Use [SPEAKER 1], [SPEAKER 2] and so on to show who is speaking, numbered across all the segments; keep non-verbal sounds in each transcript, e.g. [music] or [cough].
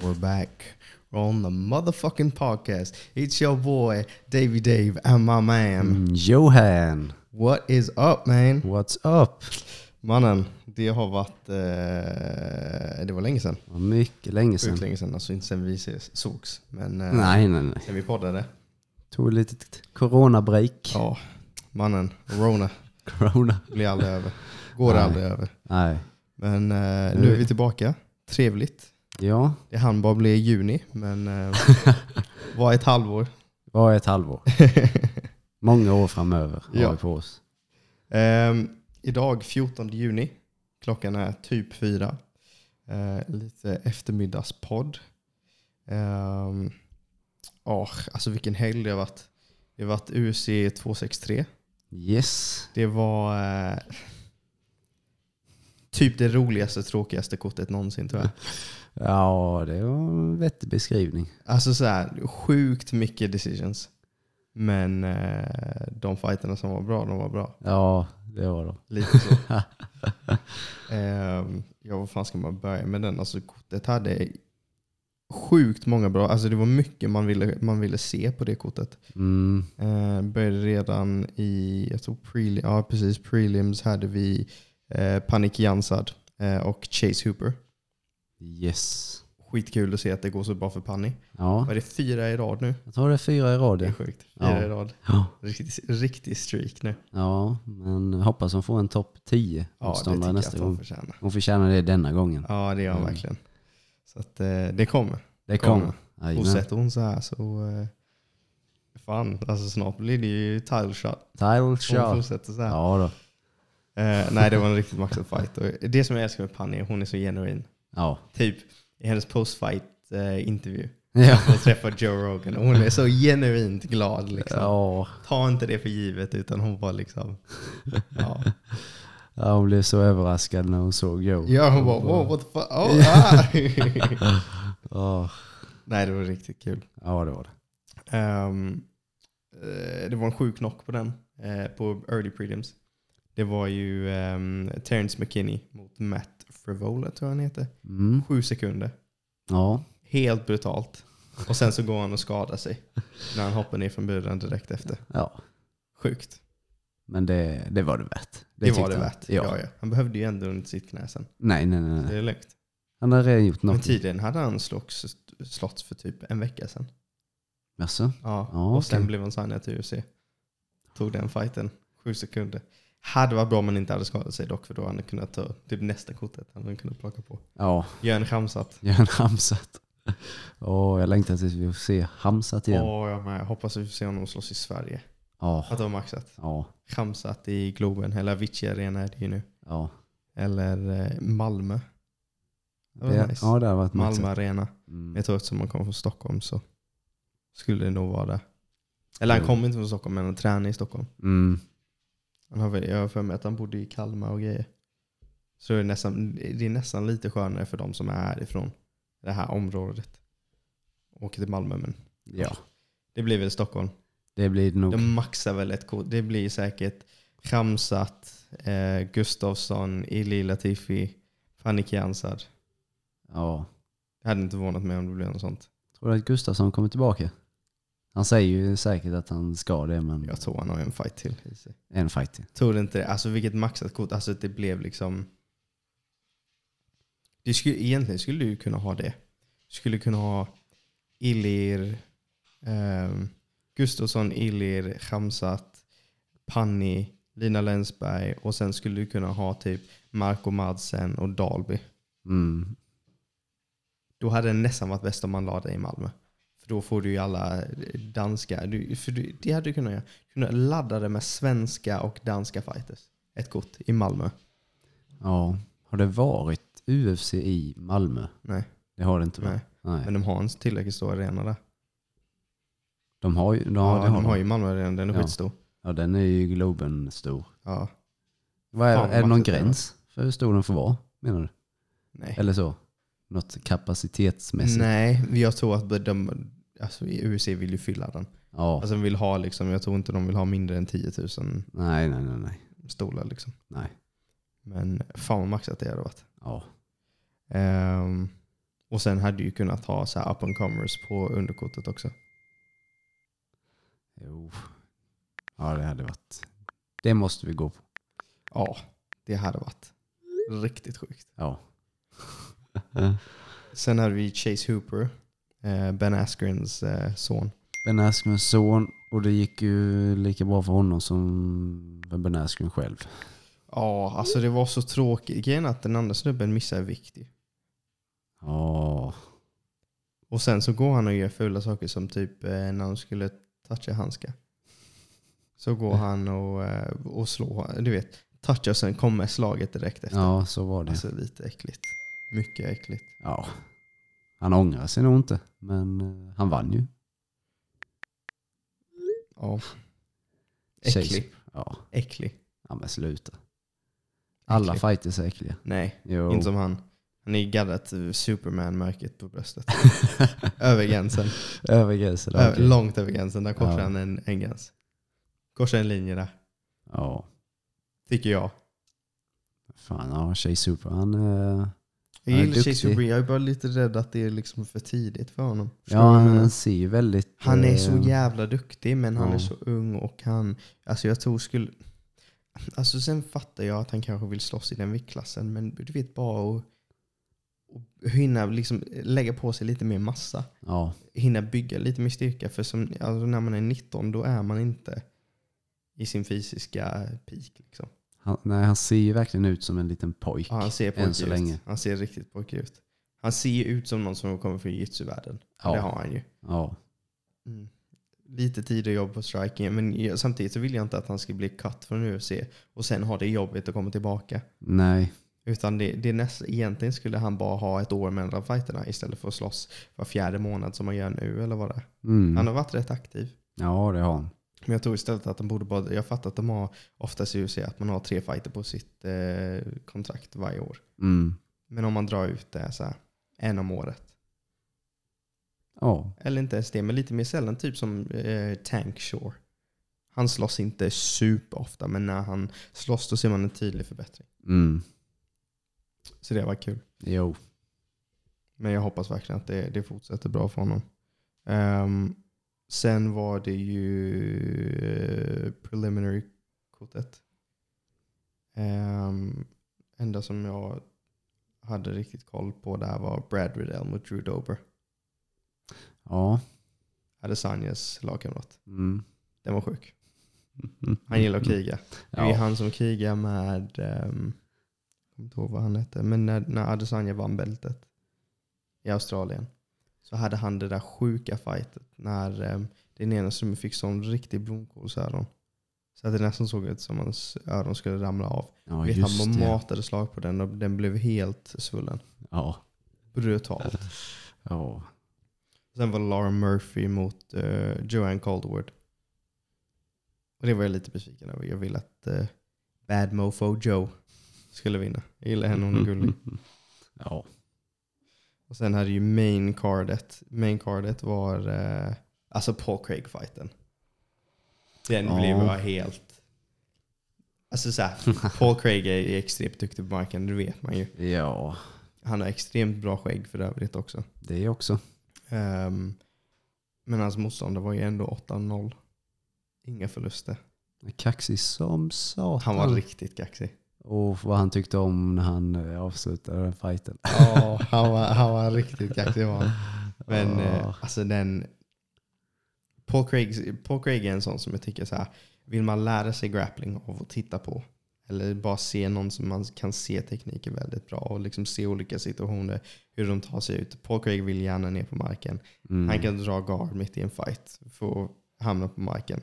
[SPEAKER 1] We're back. We're on the motherfucking podcast. It's your boy, Davy Dave, and my man.
[SPEAKER 2] Mm, Johan,
[SPEAKER 1] What is up man?
[SPEAKER 2] what's up?
[SPEAKER 1] Mannen, det har varit... Eh, det var länge sedan.
[SPEAKER 2] Vad mycket länge sedan.
[SPEAKER 1] Sjukt länge sedan. Alltså inte sedan vi ses, sågs. Men eh,
[SPEAKER 2] Nej, nej, nej.
[SPEAKER 1] sen vi poddade.
[SPEAKER 2] Tog ett litet coronabreak.
[SPEAKER 1] Ja, mannen. Rona
[SPEAKER 2] Corona.
[SPEAKER 1] blir aldrig över. Går
[SPEAKER 2] Nej.
[SPEAKER 1] aldrig över.
[SPEAKER 2] Nej.
[SPEAKER 1] Men eh, nu är vi tillbaka. Trevligt.
[SPEAKER 2] Ja,
[SPEAKER 1] Det hann bara bli i juni, men
[SPEAKER 2] [laughs]
[SPEAKER 1] eh, var ett halvår.
[SPEAKER 2] var
[SPEAKER 1] [laughs]
[SPEAKER 2] ett halvår. Många år framöver har
[SPEAKER 1] Ja.
[SPEAKER 2] vi på oss.
[SPEAKER 1] Ehm, idag 14 juni. Klockan är typ fyra. Eh, lite eftermiddagspodd. Ehm, ah, alltså vilken helg det har varit. Det har varit UC 263.
[SPEAKER 2] Yes.
[SPEAKER 1] Det var eh, typ det roligaste, tråkigaste kortet någonsin tror jag.
[SPEAKER 2] Ja, det var en vettig beskrivning.
[SPEAKER 1] Alltså så här, sjukt mycket decisions. Men eh, de fighterna som var bra, de var bra.
[SPEAKER 2] Ja, det var det.
[SPEAKER 1] Lite så.
[SPEAKER 2] [laughs]
[SPEAKER 1] Ehm, ja, vad fan ska man börja med den? Alltså, kortet hade sjukt många bra, alltså det var mycket man ville, man ville se på det kortet.
[SPEAKER 2] Mm.
[SPEAKER 1] Uh, började redan i, jag tror prelim, ja, precis, prelims hade vi uh, Panik Jansad eh, och Chase Hooper.
[SPEAKER 2] Yes.
[SPEAKER 1] Skitkul att se att det går så bra för Panny.
[SPEAKER 2] Ja,
[SPEAKER 1] Var det fyra i rad nu?
[SPEAKER 2] jag tror det är fyra i rad.
[SPEAKER 1] Det är
[SPEAKER 2] ja.
[SPEAKER 1] sjukt. Fyra
[SPEAKER 2] Ja.
[SPEAKER 1] i rad.
[SPEAKER 2] Ja.
[SPEAKER 1] Riktig, riktig streak nu.
[SPEAKER 2] Ja, men jag hoppas hon får en topp 10
[SPEAKER 1] Ja, det tycker
[SPEAKER 2] motståndare
[SPEAKER 1] jag att
[SPEAKER 2] nästa
[SPEAKER 1] de
[SPEAKER 2] gång.
[SPEAKER 1] förtjänar.
[SPEAKER 2] Hon förtjänar det denna gången.
[SPEAKER 1] Ja, det gör han
[SPEAKER 2] Mm.
[SPEAKER 1] verkligen. Så att, eh, det kommer.
[SPEAKER 2] Det
[SPEAKER 1] kommer.
[SPEAKER 2] kommer. Jajamän.
[SPEAKER 1] Och sätter hon så här så... Eh, fan, alltså snart blir det ju title shot.
[SPEAKER 2] Title
[SPEAKER 1] Om Hon
[SPEAKER 2] shot.
[SPEAKER 1] fortsätter så här.
[SPEAKER 2] Ja då.
[SPEAKER 1] Eh, nej, det var en riktigt maxad fight. Och det som jag älskar med Panny är hon är så genuin.
[SPEAKER 2] Ja.
[SPEAKER 1] Typ i hennes post-fight eh, intervju.
[SPEAKER 2] Ja.
[SPEAKER 1] [laughs] Hon träffar Joe Rogan och hon är så genuint glad. Liksom.
[SPEAKER 2] Ja.
[SPEAKER 1] Ta inte det för givet utan hon var liksom...
[SPEAKER 2] [laughs]
[SPEAKER 1] Ja,
[SPEAKER 2] ja, hon blev så överraskad när hon såg Joe.
[SPEAKER 1] ja hon bara wow, what the fuck? Oh, ah. [laughs]
[SPEAKER 2] Ja.
[SPEAKER 1] nej, det var riktigt kul.
[SPEAKER 2] ja, det var det.
[SPEAKER 1] Ehm, eh, det var en sjuk knock på den, eh, på early prelims. Det var ju ehm, Terence McKinney mot Matt Frivola, tror jag han heter.
[SPEAKER 2] Mm.
[SPEAKER 1] Sju sekunder.
[SPEAKER 2] Ja.
[SPEAKER 1] Helt brutalt. Och sen så går han och skadar sig när han hoppar ner från buren direkt efter.
[SPEAKER 2] ja,
[SPEAKER 1] Sjukt.
[SPEAKER 2] men det, det var det värt.
[SPEAKER 1] Det, var
[SPEAKER 2] tyckte
[SPEAKER 1] det
[SPEAKER 2] han.
[SPEAKER 1] värt.
[SPEAKER 2] Ja.
[SPEAKER 1] Ja, ja. Han behövde ju ändå inte sitt knä sen.
[SPEAKER 2] Nej, nej,
[SPEAKER 1] Så
[SPEAKER 2] nej.
[SPEAKER 1] det
[SPEAKER 2] nej.
[SPEAKER 1] är lugnt.
[SPEAKER 2] Han har redan gjort
[SPEAKER 1] Men
[SPEAKER 2] något.
[SPEAKER 1] tydligen hade han slogs, slått för typ en vecka sen.
[SPEAKER 2] Jaså?
[SPEAKER 1] Ja.
[SPEAKER 2] Ja,
[SPEAKER 1] och sen
[SPEAKER 2] okej.
[SPEAKER 1] blev han signad till UFC. Tog den fighten. Sju sekunder. Hade varit bra om han inte hade skadat sig dock, för då hade han kunnat ta typ nästa kortet. Han hade kunnat plocka på.
[SPEAKER 2] Ja,
[SPEAKER 1] Gör en chamsat.
[SPEAKER 2] Göran Hamsat. [laughs] Åh, jag längtar tills vi får se Hamsat igen.
[SPEAKER 1] Åh, jag med. Hoppas vi får se honom slåss i Sverige.
[SPEAKER 2] Ja.
[SPEAKER 1] Att de har maxat.
[SPEAKER 2] Ja.
[SPEAKER 1] Chamsat i Globen, eller Avicii Arena är det ju nu.
[SPEAKER 2] Ja.
[SPEAKER 1] Eller eh, Malmö. Det var
[SPEAKER 2] Det,
[SPEAKER 1] nice.
[SPEAKER 2] ja, det har varit maxat.
[SPEAKER 1] Malmö Arena.
[SPEAKER 2] Mm.
[SPEAKER 1] Jag tror eftersom han kommer från Stockholm så skulle det nog vara där. Eller han
[SPEAKER 2] Jo.
[SPEAKER 1] kommer inte från Stockholm, men han tränar i Stockholm.
[SPEAKER 2] Mm.
[SPEAKER 1] Han har, väl- jag har för mig att han bodde i Kalmar och grejer. Så det är nästan, det är nästan lite skönare för de som är härifrån. Det här området. Åker till Malmö men
[SPEAKER 2] Ja,
[SPEAKER 1] det blir väl Stockholm.
[SPEAKER 2] det blir det nog.
[SPEAKER 1] De maxar väl ett kort. Det blir säkert Ramsat, eh, Gustafsson, Ili Latifi, Fanny Kiansad.
[SPEAKER 2] Ja.
[SPEAKER 1] Jag hade inte förvånat mig om det blev något sånt.
[SPEAKER 2] Tror du att Gustafsson kommer tillbaka? Han säger ju säkert att han ska det, men
[SPEAKER 1] Jag tror han har en fight till i sig.
[SPEAKER 2] en fight till.
[SPEAKER 1] Tror du inte det? Alltså vilket maxat kort. Alltså det blev liksom... Du skulle, egentligen skulle du kunna ha det. Du skulle kunna ha Ilir, ehm, Gustafsson, Ilir, Hamzat, Panni, Lina Länsberg och sen skulle du kunna ha typ Marco Madsen och Dalby.
[SPEAKER 2] Mm.
[SPEAKER 1] Då hade det nästan varit bäst om man la det i Malmö. För då får du ju alla eh, danska. Du, för du, det hade du kunnat göra. Kunna ladda det med svenska och danska fighters. Ett kort i Malmö.
[SPEAKER 2] Ja. Har det varit UFC i Malmö?
[SPEAKER 1] Nej,
[SPEAKER 2] Det har det inte varit.
[SPEAKER 1] nej.
[SPEAKER 2] Nej.
[SPEAKER 1] Men de har en tillräckligt stor arena där.
[SPEAKER 2] De har ju, de,
[SPEAKER 1] Ja,
[SPEAKER 2] ja, det
[SPEAKER 1] de
[SPEAKER 2] har
[SPEAKER 1] har
[SPEAKER 2] de.
[SPEAKER 1] ju Malmö arena, den är
[SPEAKER 2] Ja.
[SPEAKER 1] skitstor.
[SPEAKER 2] ja, den är ju Globen stor.
[SPEAKER 1] Ja.
[SPEAKER 2] Vad är,
[SPEAKER 1] Fan, vad
[SPEAKER 2] är det någon
[SPEAKER 1] maxigt det
[SPEAKER 2] gräns för hur stor den får vara? Menar du?
[SPEAKER 1] Nej.
[SPEAKER 2] Eller så? Något kapacitetsmässigt?
[SPEAKER 1] nej, jag tror att de, alltså, i USA vill ju fylla den.
[SPEAKER 2] Ja.
[SPEAKER 1] Alltså, de vill ha liksom, jag tror inte de vill ha mindre än 10 000
[SPEAKER 2] nej, nej, nej, nej.
[SPEAKER 1] stolar. Liksom.
[SPEAKER 2] Nej.
[SPEAKER 1] Men fan vad maxat det hade varit.
[SPEAKER 2] Ja.
[SPEAKER 1] Ehm, Och sen hade du ju kunnat ha så här up and comers på underkortet också.
[SPEAKER 2] Jo. Ja, det hade varit... Det måste vi gå på.
[SPEAKER 1] Ja, det hade varit riktigt sjukt.
[SPEAKER 2] Ja.
[SPEAKER 1] Sen hade vi Chase Hooper, eh, Ben Askrens eh, son.
[SPEAKER 2] Ben Askrens son och det gick ju lika bra för honom som för Ben Askren själv.
[SPEAKER 1] Ja, alltså det var så tråkigt. Grejen är att den andra snubben missar vikt ju.
[SPEAKER 2] Ja.
[SPEAKER 1] Och sen så går han och gör fula saker som typ eh, när de skulle toucha handskar. Så går han och, eh, och slår, du vet, touchar och sen kommer slaget direkt efter.
[SPEAKER 2] ja, så var det.
[SPEAKER 1] Alltså lite äckligt. Mycket äckligt.
[SPEAKER 2] Ja. Han ångrar sig nog inte, men eh, han vann ju.
[SPEAKER 1] Ja.
[SPEAKER 2] Chase.
[SPEAKER 1] Äcklig.
[SPEAKER 2] Ja,
[SPEAKER 1] Äcklig.
[SPEAKER 2] ja men sluta. Alla Oh.
[SPEAKER 1] Äcklig.
[SPEAKER 2] fighters är äckliga.
[SPEAKER 1] Nej,
[SPEAKER 2] Jo.
[SPEAKER 1] inte som han. Han är gaddad till Superman-märket på
[SPEAKER 2] [laughs]
[SPEAKER 1] bröstet. över gränsen.
[SPEAKER 2] Över gränsen.
[SPEAKER 1] Ö-
[SPEAKER 2] okej.
[SPEAKER 1] Långt över gränsen. Där korsar
[SPEAKER 2] Ja.
[SPEAKER 1] han en, en gräns. Korsar en linje där,
[SPEAKER 2] Ja,
[SPEAKER 1] tycker jag.
[SPEAKER 2] fan ja, Chase Super han... eh,
[SPEAKER 1] Jag
[SPEAKER 2] Han är
[SPEAKER 1] gillar Chase
[SPEAKER 2] duktig.
[SPEAKER 1] Super, jag är bara lite rädd att det är liksom för tidigt för honom. Förstår
[SPEAKER 2] ja,
[SPEAKER 1] du vad jag
[SPEAKER 2] han,
[SPEAKER 1] menar?
[SPEAKER 2] han ser ju väldigt...
[SPEAKER 1] Han är
[SPEAKER 2] eh,
[SPEAKER 1] så jävla duktig men han
[SPEAKER 2] Ja.
[SPEAKER 1] är så ung och han, alltså jag tror skulle, alltså sen fattar jag att han kanske vill slåss i den viktklassen men du vet bara att att hinna liksom lägga på sig lite mer massa.
[SPEAKER 2] Ja,
[SPEAKER 1] Hinna bygga lite mer styrka för som, alltså när man är 19 då är man inte i sin fysiska peak. Liksom.
[SPEAKER 2] han, nej, han ser ju verkligen ut som en liten pojk.
[SPEAKER 1] Ja, alltså, han ser
[SPEAKER 2] än så
[SPEAKER 1] pojkig ut.
[SPEAKER 2] länge.
[SPEAKER 1] Han ser riktigt pojkig ut. Han ser ju ut som någon som kommer från jitsu-världen. Det
[SPEAKER 2] Ja,
[SPEAKER 1] har han ju.
[SPEAKER 2] ja,
[SPEAKER 1] Mm. Lite tid och jobb på striking, men jag- samtidigt så vill jag inte att han ska bli cut från UFC och sen ha det jobbigt och komma tillbaka.
[SPEAKER 2] nej,
[SPEAKER 1] Utan det, det är näst, egentligen skulle han bara ha ett år mellan fighterna istället för att slåss var fjärde månad som han gör nu eller vad det är. Han
[SPEAKER 2] mm.
[SPEAKER 1] har varit rätt aktiv.
[SPEAKER 2] Ja, det har han.
[SPEAKER 1] Men jag tror istället att han borde bara, jag fattar att de har oftast i UFC att man har tre fighter på sitt eh, kontrakt varje år.
[SPEAKER 2] Mm.
[SPEAKER 1] Men om man drar ut det så här, en om året.
[SPEAKER 2] Ja,
[SPEAKER 1] Eller inte ens det, men lite mer sällan. Typ som eh, Tank Shore. Han slåss inte superofta, men när han slåss då ser man en tydlig förbättring.
[SPEAKER 2] mm.
[SPEAKER 1] Så det var kul.
[SPEAKER 2] Jo,
[SPEAKER 1] Men jag hoppas verkligen att det, det fortsätter bra för honom. Ehm, sen var det ju eh, preliminary-kortet. Um, enda som jag hade riktigt koll på där var Brad Riddell mot Drew Dober.
[SPEAKER 2] ja.
[SPEAKER 1] Adesanjas lagkamrat.
[SPEAKER 2] Mm.
[SPEAKER 1] Den var sjuk. Han gillar att kriga. Det är
[SPEAKER 2] Ja.
[SPEAKER 1] han som krigar med, ehm, jag kommer inte ihåg vad han hette, men när, när Adesanya vann bältet i Australien så hade han det där sjuka fightet när ehm, den ena som fick sån riktig blomkålsöron. Så att det nästan såg ut som hans öron skulle ramla av.
[SPEAKER 2] Ja,
[SPEAKER 1] Vet, han
[SPEAKER 2] just det.
[SPEAKER 1] matade slag på den och den blev helt svullen.
[SPEAKER 2] Ja,
[SPEAKER 1] Brutalt.
[SPEAKER 2] ja.
[SPEAKER 1] Sen var det Laura Murphy mot eh, Joanne Calderwood. Och det var jag lite besviken över. Jag ville att eh, Bad Mofo Joe skulle vinna. Jag gillar henne, hon är [laughs] gullig.
[SPEAKER 2] [laughs] Ja,
[SPEAKER 1] Och sen hade ju main cardet. Main cardet var eh, alltså Paul Craig-fighten. Den
[SPEAKER 2] Ja.
[SPEAKER 1] blev jag helt... Alltså såhär, [laughs] Paul Craig är ju extremt duktig på marken, det vet man ju.
[SPEAKER 2] ja.
[SPEAKER 1] Han har extremt bra skägg för övrigt också.
[SPEAKER 2] Det också.
[SPEAKER 1] Ehm, men hans motståndare var ju ändå 8-0. Inga förluster.
[SPEAKER 2] Kaxig som satan.
[SPEAKER 1] Han var riktigt kaxig.
[SPEAKER 2] Och vad han tyckte om när han eh, avslutade den fighten.
[SPEAKER 1] Ja, [laughs] han, var, han var riktigt kaxig var han. Men eh,
[SPEAKER 2] Ja.
[SPEAKER 1] alltså den... Paul Craig, Paul Craig är en sån som jag tycker så här. Vill man lära sig grappling av att titta på eller bara se någon som man kan se tekniken väldigt bra och liksom se olika situationer, hur de tar sig ut. Paul Craig vill gärna ner på marken.
[SPEAKER 2] Mm.
[SPEAKER 1] Han kan dra guard mitt i en fight för att hamna på marken.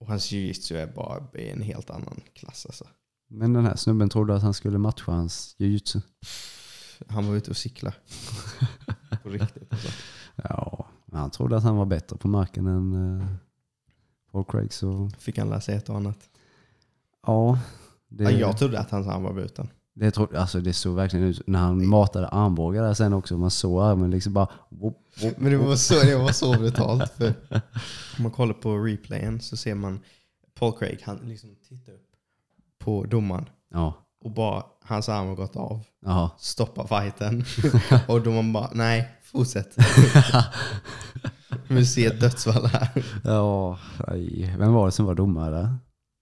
[SPEAKER 1] Och hans jiu-jitsu är bara i en helt annan klass alltså.
[SPEAKER 2] Men den här snubben trodde att han skulle matcha hans jujutsu.
[SPEAKER 1] Han var ute och cykla. på riktigt alltså.
[SPEAKER 2] Ja, men han trodde att han var bättre på marken än eh, Paul Craig så
[SPEAKER 1] Fick han lära sig ett och annat.
[SPEAKER 2] ja.
[SPEAKER 1] Ja,
[SPEAKER 2] Det,
[SPEAKER 1] jag trodde att hans arm var bruten.
[SPEAKER 2] det, trodde, alltså, det såg verkligen ut när han matade armbågar där sen också. Man såg armen liksom bara... Whoop, whoop,
[SPEAKER 1] Men det var så, det var så brutalt. För om man kollar på replayen så ser man Paul Craig, han liksom tittar upp på domaren
[SPEAKER 2] Ja,
[SPEAKER 1] och bara hans arm har gått av.
[SPEAKER 2] Jaha.
[SPEAKER 1] Stoppa
[SPEAKER 2] [laughs]
[SPEAKER 1] fighten. och då man bara, nej, fortsätt. Vi ser ett dödsfall här.
[SPEAKER 2] Ja, aj. Vem var det som var domare?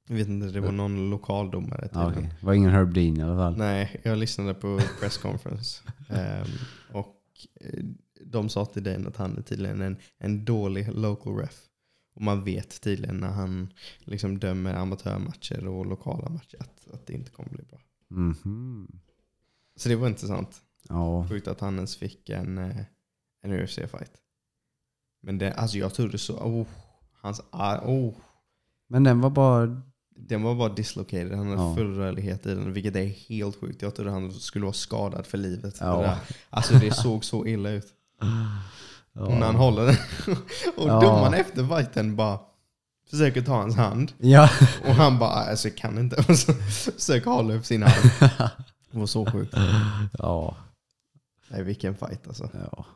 [SPEAKER 1] Jag vet inte, det var någon lokaldomare
[SPEAKER 2] Ja,
[SPEAKER 1] tydligen.
[SPEAKER 2] okej. Det var ingen Herb Dean i alla fall.
[SPEAKER 1] Nej, jag lyssnade på press
[SPEAKER 2] [laughs]
[SPEAKER 1] conference. Ehm, och eh, de sa till den att han är tydligen en, en dålig local ref. Och man vet tydligen när han liksom dömer amatörmatcher och lokala matcher att, att det inte kommer bli bra.
[SPEAKER 2] Mhm.
[SPEAKER 1] Så det var intressant.
[SPEAKER 2] Ja.
[SPEAKER 1] Sjukt att han ens fick en, eh, en UFC-fight. Men det, alltså jag trodde så, oh, hans arm, oh,
[SPEAKER 2] Men den var bara...
[SPEAKER 1] den var bara dislocated. Han hade
[SPEAKER 2] Ja.
[SPEAKER 1] full rörlighet i den, vilket är helt sjukt. Jag trodde han skulle vara skadad för livet. för det där.
[SPEAKER 2] Ja.
[SPEAKER 1] Alltså det såg så illa ut. Och när han
[SPEAKER 2] Ja.
[SPEAKER 1] håller den. [laughs] Och
[SPEAKER 2] Ja.
[SPEAKER 1] domaren efter fighten bara försöker ta hans hand.
[SPEAKER 2] ja.
[SPEAKER 1] Och han bara, alltså jag kan inte. [laughs] Och så försöker hålla upp sin hand.
[SPEAKER 2] [laughs]
[SPEAKER 1] Det var så sjukt.
[SPEAKER 2] Ja.
[SPEAKER 1] Nej vilken fight alltså.
[SPEAKER 2] ja.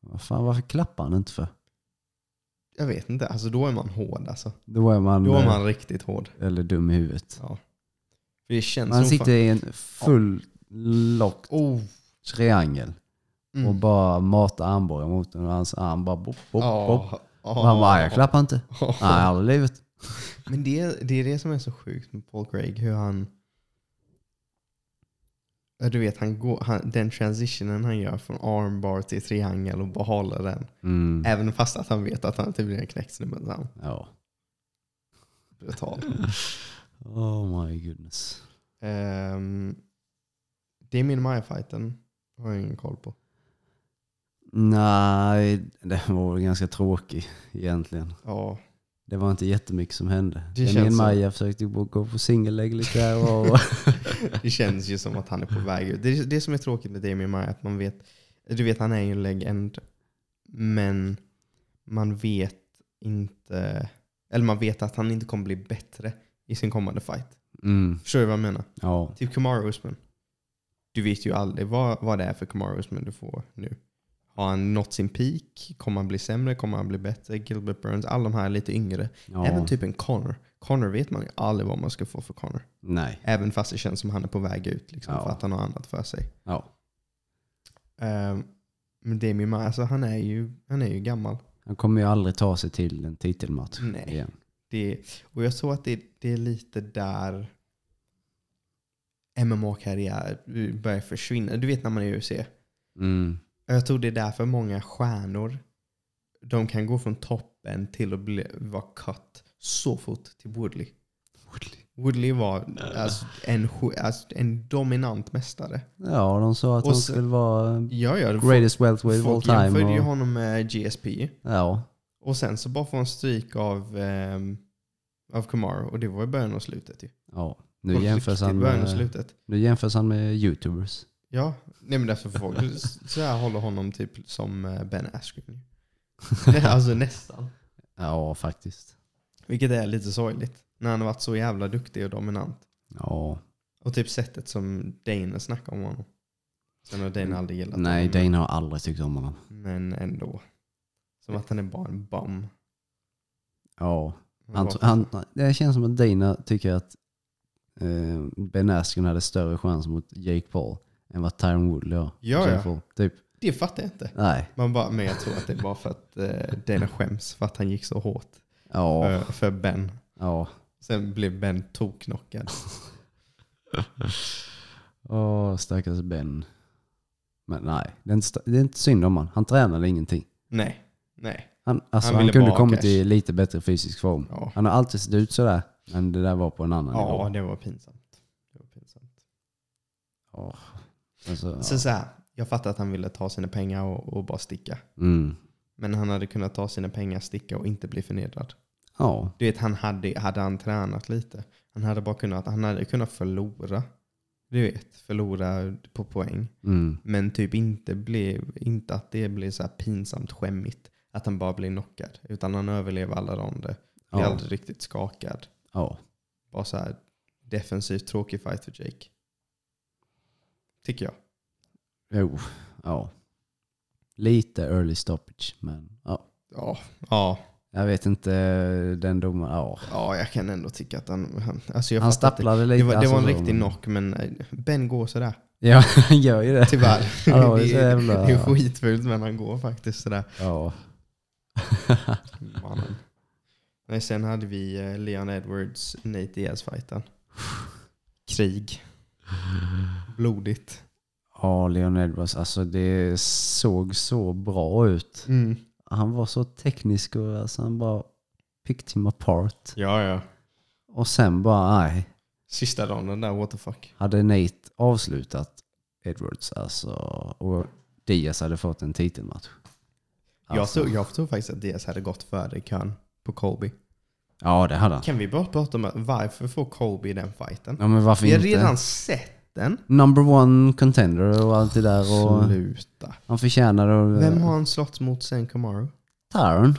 [SPEAKER 2] Vad fan, varför klappar han inte för?
[SPEAKER 1] Jag vet inte, alltså då är man hård alltså.
[SPEAKER 2] Då är man,
[SPEAKER 1] Då är
[SPEAKER 2] eh,
[SPEAKER 1] man riktigt hård.
[SPEAKER 2] eller dum i huvudet.
[SPEAKER 1] Ja. För det känns
[SPEAKER 2] Man
[SPEAKER 1] som
[SPEAKER 2] sitter
[SPEAKER 1] fan-
[SPEAKER 2] i en full lock
[SPEAKER 1] Oh.
[SPEAKER 2] triangel och
[SPEAKER 1] Mm.
[SPEAKER 2] bara matar armbågen mot den och hans arm bara bopp, bopp, bopp.
[SPEAKER 1] Ja.
[SPEAKER 2] Och han
[SPEAKER 1] [laughs]
[SPEAKER 2] bara, jag klappar inte.
[SPEAKER 1] Ja.
[SPEAKER 2] Nej, aldrig i livet.
[SPEAKER 1] Men det, det är det som är så sjukt med Paul Craig, hur han... Ja, Du vet, han går, han, den transitionen han gör från armbar till triangel och behåller den.
[SPEAKER 2] Mm.
[SPEAKER 1] Även fast att han vet att han inte blir en knäcksnubbe. så han-
[SPEAKER 2] Ja. [laughs]
[SPEAKER 1] Brutal.
[SPEAKER 2] Oh my goodness.
[SPEAKER 1] um, Damien Maya-fighten har jag ingen koll på.
[SPEAKER 2] Nej, den var väl ganska tråkig egentligen.
[SPEAKER 1] Ja,
[SPEAKER 2] Det var inte jättemycket som hände.
[SPEAKER 1] Det
[SPEAKER 2] Det
[SPEAKER 1] känns
[SPEAKER 2] Min
[SPEAKER 1] så.
[SPEAKER 2] Maja försökte ju bara gå på single leg lite här och...
[SPEAKER 1] det känns ju som att han är på väg ut. Det, är det som är tråkigt med Damien Maya, att man vet... Du vet, han är ju en legend. Men man vet inte... Eller man vet att han inte kommer bli bättre i sin kommande fight.
[SPEAKER 2] Mm,
[SPEAKER 1] Förstår du vad jag menar?
[SPEAKER 2] ja.
[SPEAKER 1] Typ Kamaru Usman. Du vet ju aldrig vad, vad det är för Kamaru Usman du får nu. Har han nått sin peak? Kommer han bli sämre? Kommer han bli bättre? Gilbert Burns, alla de här lite yngre.
[SPEAKER 2] ja.
[SPEAKER 1] Även typ en Connor. Connor vet man ju aldrig vad man ska få för Connor.
[SPEAKER 2] Nej.
[SPEAKER 1] Även fast det känns som han är på väg ut liksom,
[SPEAKER 2] Ja.
[SPEAKER 1] för att han har annat för sig.
[SPEAKER 2] Ja.
[SPEAKER 1] Ehm, men Damien Maya, alltså, han, är ju, han är ju gammal.
[SPEAKER 2] Han kommer ju aldrig ta sig till en titelmatch
[SPEAKER 1] Nej.
[SPEAKER 2] igen.
[SPEAKER 1] Det, och jag såg att det, det är lite där MMA-karriär börjar försvinna. Du vet när man är i UFC.
[SPEAKER 2] Mm.
[SPEAKER 1] Och Jag tror det är därför många stjärnor, de kan gå från toppen till att bli, vara cut så fort till Woodley. Woodley, var alltså, en, sj- alltså, en dominant mästare.
[SPEAKER 2] Ja, de sa att
[SPEAKER 1] Och
[SPEAKER 2] han
[SPEAKER 1] så-
[SPEAKER 2] skulle vara
[SPEAKER 1] Ja, ja. Folk,
[SPEAKER 2] greatest welterweight of all
[SPEAKER 1] folk
[SPEAKER 2] time.
[SPEAKER 1] jämförde ju
[SPEAKER 2] Och,
[SPEAKER 1] honom med GSP.
[SPEAKER 2] ja,
[SPEAKER 1] Och sen så bara får han stryk av, ehm, av Kamaru. Och det var i början och slutet ju.
[SPEAKER 2] ja. Nu,
[SPEAKER 1] På
[SPEAKER 2] jämförs
[SPEAKER 1] riktigt
[SPEAKER 2] han
[SPEAKER 1] början och
[SPEAKER 2] med,
[SPEAKER 1] slutet.
[SPEAKER 2] nu jämförs han med youtubers.
[SPEAKER 1] Ja, nej men därför får folk [laughs] så här håller honom typ som eh, Ben Askren. Nej, [laughs] alltså nästan.
[SPEAKER 2] Ja, faktiskt.
[SPEAKER 1] Vilket är lite sorgligt. När han har varit så jävla duktig och dominant.
[SPEAKER 2] Ja.
[SPEAKER 1] Och typ sättet som Dana snackar om honom. Sen har Dana aldrig gillat
[SPEAKER 2] Nej,
[SPEAKER 1] honom.
[SPEAKER 2] Dana har aldrig tyckt om honom.
[SPEAKER 1] Men ändå. Som att han är bara en bum.
[SPEAKER 2] Ja.
[SPEAKER 1] Han
[SPEAKER 2] Han,
[SPEAKER 1] bara-
[SPEAKER 2] han, det känns som att Dana tycker att eh, Ben Askren hade större chans mot Jake Paul än vad Tyron Woodley har.
[SPEAKER 1] Ja,
[SPEAKER 2] Jake
[SPEAKER 1] ja.
[SPEAKER 2] Paul, Typ.
[SPEAKER 1] Det fattar jag inte.
[SPEAKER 2] Nej.
[SPEAKER 1] Man bara, men jag tror att det är bara för att eh, Dana skäms för att han gick så hårt
[SPEAKER 2] Ja.
[SPEAKER 1] för, för Ben.
[SPEAKER 2] Ja.
[SPEAKER 1] Sen blev Ben toknockad.
[SPEAKER 2] Åh, stackars Ben. Men nej, det är, inte, sta- det är inte synd om han. Han tränade ingenting.
[SPEAKER 1] Nej, nej.
[SPEAKER 2] Han, alltså,
[SPEAKER 1] Han
[SPEAKER 2] han,
[SPEAKER 1] ville
[SPEAKER 2] kunde
[SPEAKER 1] bara ha
[SPEAKER 2] kommit
[SPEAKER 1] cash.
[SPEAKER 2] i lite bättre fysisk form.
[SPEAKER 1] Ja,
[SPEAKER 2] Han har alltid sett ut sådär, men det där var på en annan
[SPEAKER 1] ja
[SPEAKER 2] nivå.
[SPEAKER 1] det var pinsamt. Det var pinsamt.
[SPEAKER 2] Åh, Alltså, ja.
[SPEAKER 1] Så, så här, jag fattar att han ville ta sina pengar och, och bara sticka.
[SPEAKER 2] Mm.
[SPEAKER 1] Men han hade kunnat ta sina pengar, sticka och inte bli förnedrad.
[SPEAKER 2] ja,
[SPEAKER 1] Du vet, han hade, hade han tränat lite. Han hade bara kunnat, han hade kunnat förlora. Du vet, förlora på poäng.
[SPEAKER 2] mm.
[SPEAKER 1] Men typ inte, bli, inte att det blir så här pinsamt skämmigt. Att han bara blir knockad. Utan han överlever alla ronder. Blir
[SPEAKER 2] ja,
[SPEAKER 1] aldrig riktigt skakad.
[SPEAKER 2] ja,
[SPEAKER 1] Bara så här defensivt tråkig fight för Jake. Tycker jag.
[SPEAKER 2] jo, ja. Lite early stoppage, men ja.
[SPEAKER 1] Ja, ja
[SPEAKER 2] Jag vet inte, eh, den domaren, ja.
[SPEAKER 1] Ja, jag kan ändå tycka att han... han alltså jag
[SPEAKER 2] Han
[SPEAKER 1] fattar inte.
[SPEAKER 2] stapplade lite.
[SPEAKER 1] Det var, det var en
[SPEAKER 2] alltså,
[SPEAKER 1] riktig knock, men eh, Ben går sådär.
[SPEAKER 2] Ja, han [laughs] gör ju det.
[SPEAKER 1] Tyvärr.
[SPEAKER 2] Ja, det var
[SPEAKER 1] [laughs]
[SPEAKER 2] ju
[SPEAKER 1] det,
[SPEAKER 2] så
[SPEAKER 1] är,
[SPEAKER 2] jävla-
[SPEAKER 1] det är skitfult, men han går faktiskt sådär.
[SPEAKER 2] Ja.
[SPEAKER 1] Mannen. Nej, sen hade vi eh, Leon Edwards, Nate Diaz-fighten. Krig. Blodigt.
[SPEAKER 2] ja, Leon Edwards, alltså det såg så bra ut.
[SPEAKER 1] Mm.
[SPEAKER 2] Han var så teknisk och alltså, han bara picked him apart.
[SPEAKER 1] Ja, ja.
[SPEAKER 2] Och sen bara, nej.
[SPEAKER 1] Sista ronden där, what the fuck.
[SPEAKER 2] Hade Nate avslutat Edwards alltså, och Diaz hade fått en titelmatch.
[SPEAKER 1] Jag,
[SPEAKER 2] Alltså,
[SPEAKER 1] tror, jag tror faktiskt att Diaz hade gått före i kön på Colby.
[SPEAKER 2] Ja, det hade han.
[SPEAKER 1] Kan vi bara prata om att varför får Colby den fighten?
[SPEAKER 2] Ja, men varför
[SPEAKER 1] Vi har
[SPEAKER 2] inte?
[SPEAKER 1] redan sett den.
[SPEAKER 2] Number one contender och allt det där. Och
[SPEAKER 1] Sluta.
[SPEAKER 2] han förtjänar att...
[SPEAKER 1] Vem har han slått mot sen Kamaru?
[SPEAKER 2] Tyron.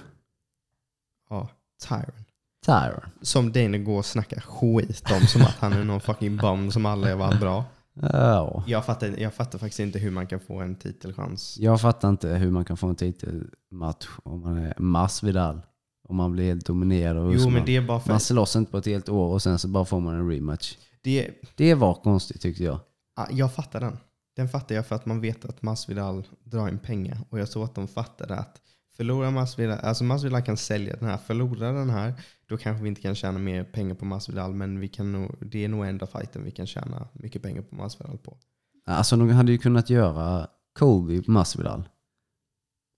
[SPEAKER 1] Ja, Tyron.
[SPEAKER 2] Tyron.
[SPEAKER 1] Som Dana går och snackar skit om som att han är någon fucking bum som aldrig var bra.
[SPEAKER 2] Ja.
[SPEAKER 1] Jag fattar, jag fattar faktiskt inte hur man kan få en titelchans.
[SPEAKER 2] Jag fattar inte hur man kan få en titelmatch om man är Masvidal. Om man blir helt dominerad och
[SPEAKER 1] Jo,
[SPEAKER 2] Usman.
[SPEAKER 1] men det är bara för...
[SPEAKER 2] Man slåss inte på ett helt år och sen så bara får man en rematch.
[SPEAKER 1] Det är,
[SPEAKER 2] Det var konstigt tyckte jag.
[SPEAKER 1] ah, jag fattar den. Den fattar jag för att man vet att Masvidal drar in pengar. Och jag tror att de fattar att förlorar Masvidal, alltså Masvidal kan sälja den här. Förlorar den här, då kanske vi inte kan tjäna mer pengar på Masvidal. Men vi kan nog, det är nog enda fighten vi kan tjäna mycket pengar på Masvidal på.
[SPEAKER 2] Alltså de hade ju kunnat göra Kobe på Masvidal.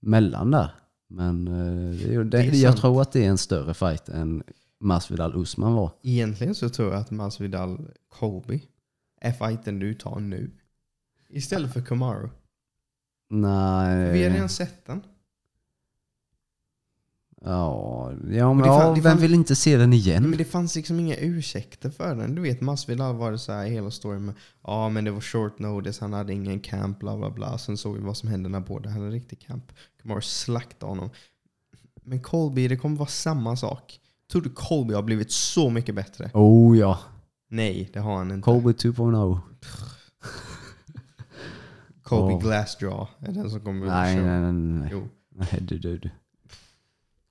[SPEAKER 2] Mellan där. Men eh, det, det,
[SPEAKER 1] är
[SPEAKER 2] jag
[SPEAKER 1] sant.
[SPEAKER 2] tror att det är en större fight än Masvidal-Usman var.
[SPEAKER 1] Egentligen så tror jag att Masvidal Colby är fighten du tar nu. Istället för Kamaru.
[SPEAKER 2] Nej.
[SPEAKER 1] Vi har redan sett den.
[SPEAKER 2] Ja, ja men
[SPEAKER 1] det fan-
[SPEAKER 2] ja,
[SPEAKER 1] det
[SPEAKER 2] vem
[SPEAKER 1] fan-
[SPEAKER 2] vill inte se den igen?
[SPEAKER 1] Men det fanns liksom inga ursäkter för den. Du vet Masvidal var det så här hela storyn med ja men det var short notice, han hade ingen camp, bla bla bla. Sen såg vi vad som hände när båda hade en riktig camp. Kamaru slaktade honom. Men Colby, det kommer vara samma sak. Tror du Colby har blivit så mycket bättre?
[SPEAKER 2] Oh ja,
[SPEAKER 1] Nej, det har han inte.
[SPEAKER 2] Kobe oh. 2.0.
[SPEAKER 1] Colby
[SPEAKER 2] Åh.
[SPEAKER 1] Glassjaw är den som kommer
[SPEAKER 2] Nej,
[SPEAKER 1] köra.
[SPEAKER 2] nej, nej, nej.
[SPEAKER 1] Jo.
[SPEAKER 2] Nej, du, du, du.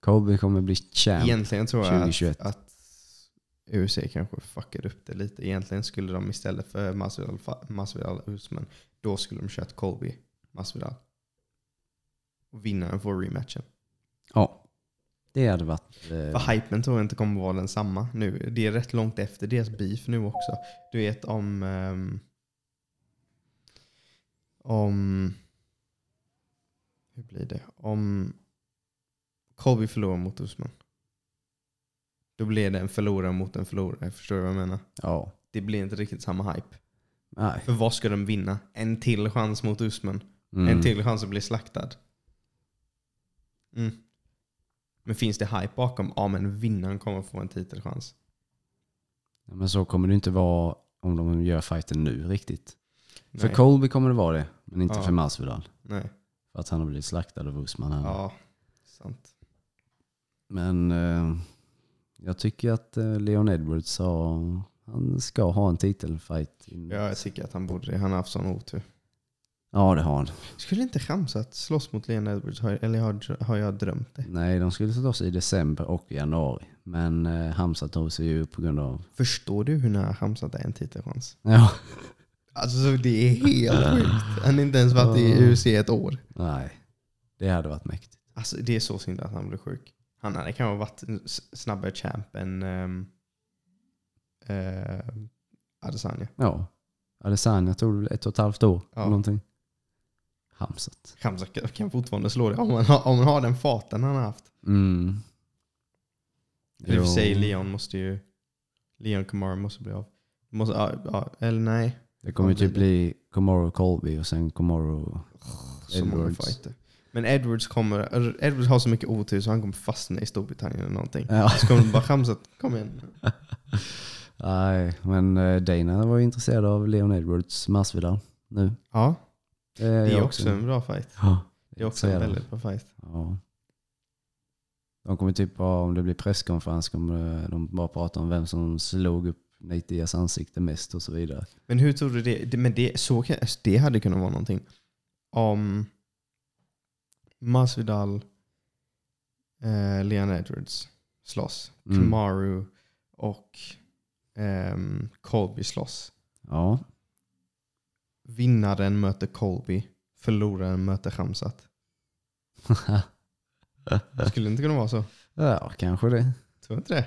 [SPEAKER 2] Kobe kommer bli champ.
[SPEAKER 1] Egentligen tror jag att,
[SPEAKER 2] 2021.
[SPEAKER 1] att UFC kanske fuckade upp det lite. Egentligen skulle de istället för Masvidal, Masvidal Usman, då skulle de kört Colby Masvidal. Och vinnaren får rematchen.
[SPEAKER 2] Ja. Det hade varit... Eh,
[SPEAKER 1] För hypen tror jag inte kommer vara densamma nu. Det är rätt långt efter deras beef nu också. Du vet om... ehm, om... Hur blir det? Om Colby förlorar mot Usman. Då blir det en förlorare mot en förlorare. Förstår du vad jag menar?
[SPEAKER 2] ja.
[SPEAKER 1] Det blir inte riktigt samma hype.
[SPEAKER 2] Nej.
[SPEAKER 1] För vad ska de vinna? En till chans mot Usman.
[SPEAKER 2] Mm.
[SPEAKER 1] En till chans att bli slaktad. Mm. Men finns det hype bakom? Ja, men vinnaren kommer få en titelchans.
[SPEAKER 2] Ja, Men så kommer det inte vara om de gör fighten nu riktigt.
[SPEAKER 1] Nej.
[SPEAKER 2] För Colby kommer det vara det, men inte
[SPEAKER 1] Ja.
[SPEAKER 2] för Masvidal.
[SPEAKER 1] Nej.
[SPEAKER 2] För att han har blivit slaktad av Usman. här.
[SPEAKER 1] Ja, sant.
[SPEAKER 2] Men eh, jag tycker att eh, Leon Edwards har, han ska ha en titelfight. in-
[SPEAKER 1] Ja, jag tycker att han borde det. Han har haft sån otur.
[SPEAKER 2] ja, det har han.
[SPEAKER 1] Skulle inte chansa att slåss mot Leon Edwards? Har, eller har, har jag drömt det?
[SPEAKER 2] Nej, de skulle slåss i december och januari. Men eh, Hamza tog sig ju på grund av...
[SPEAKER 1] Förstår du hur nära Hamzat är en titelchans?
[SPEAKER 2] Ja.
[SPEAKER 1] Alltså så det är helt sjukt. Han har inte ens varit i UFC ett år.
[SPEAKER 2] Nej, det hade varit mäktigt.
[SPEAKER 1] Alltså det är så synd att han blev sjuk. Han hade kanske varit en s- snabbare champ än um, Adesanya.
[SPEAKER 2] Ja. Adesanya tog väl ett och ett halvt år.
[SPEAKER 1] Ja.
[SPEAKER 2] eller Någonting. Hamzat.
[SPEAKER 1] Hamza kan- kan fortfarande slå det om man har, om man har den farten han har haft.
[SPEAKER 2] Mm.
[SPEAKER 1] Eller i och för sig,
[SPEAKER 2] Jo,
[SPEAKER 1] Leon måste ju... Leon Kamara måste bli av. Måste, ja, ja, eller nej.
[SPEAKER 2] Det kommer ju typ bli Komoro Colby och sen Komoro...
[SPEAKER 1] Så många
[SPEAKER 2] Edwards.
[SPEAKER 1] fighter. Men Edwards kommer... Edwards har så mycket otur så han kommer fastna i Storbritannien eller någonting.
[SPEAKER 2] [laughs] Ja.
[SPEAKER 1] Så kommer det bara Hamza att kom igen.
[SPEAKER 2] Nej, men eh, Dana var ju intresserad av Leon Edwards Masvidal nu.
[SPEAKER 1] Ja,
[SPEAKER 2] Det är,
[SPEAKER 1] det
[SPEAKER 2] jag
[SPEAKER 1] är också en bra fight.
[SPEAKER 2] Ja.
[SPEAKER 1] Det är också en
[SPEAKER 2] Intresserad.
[SPEAKER 1] väldigt bra fight.
[SPEAKER 2] Ja. De kommer typ ha, om det blir presskonferens kommer eh, de bara prata om vem som slog upp Nate Diaz ansikte mest och så vidare.
[SPEAKER 1] Men hur tror du det? det- Men det, så, kan- alltså, det hade kunnat vara någonting. Om Masvidal eh, Leon Edwards slåss.
[SPEAKER 2] Mm.
[SPEAKER 1] Kamaru och ehm, Colby slåss.
[SPEAKER 2] Ja. [laughs]
[SPEAKER 1] Vinnaren möter Colby. Förloraren möter Khamzat. Skulle det inte kunna vara så?
[SPEAKER 2] ja, kanske det.
[SPEAKER 1] Tror inte det?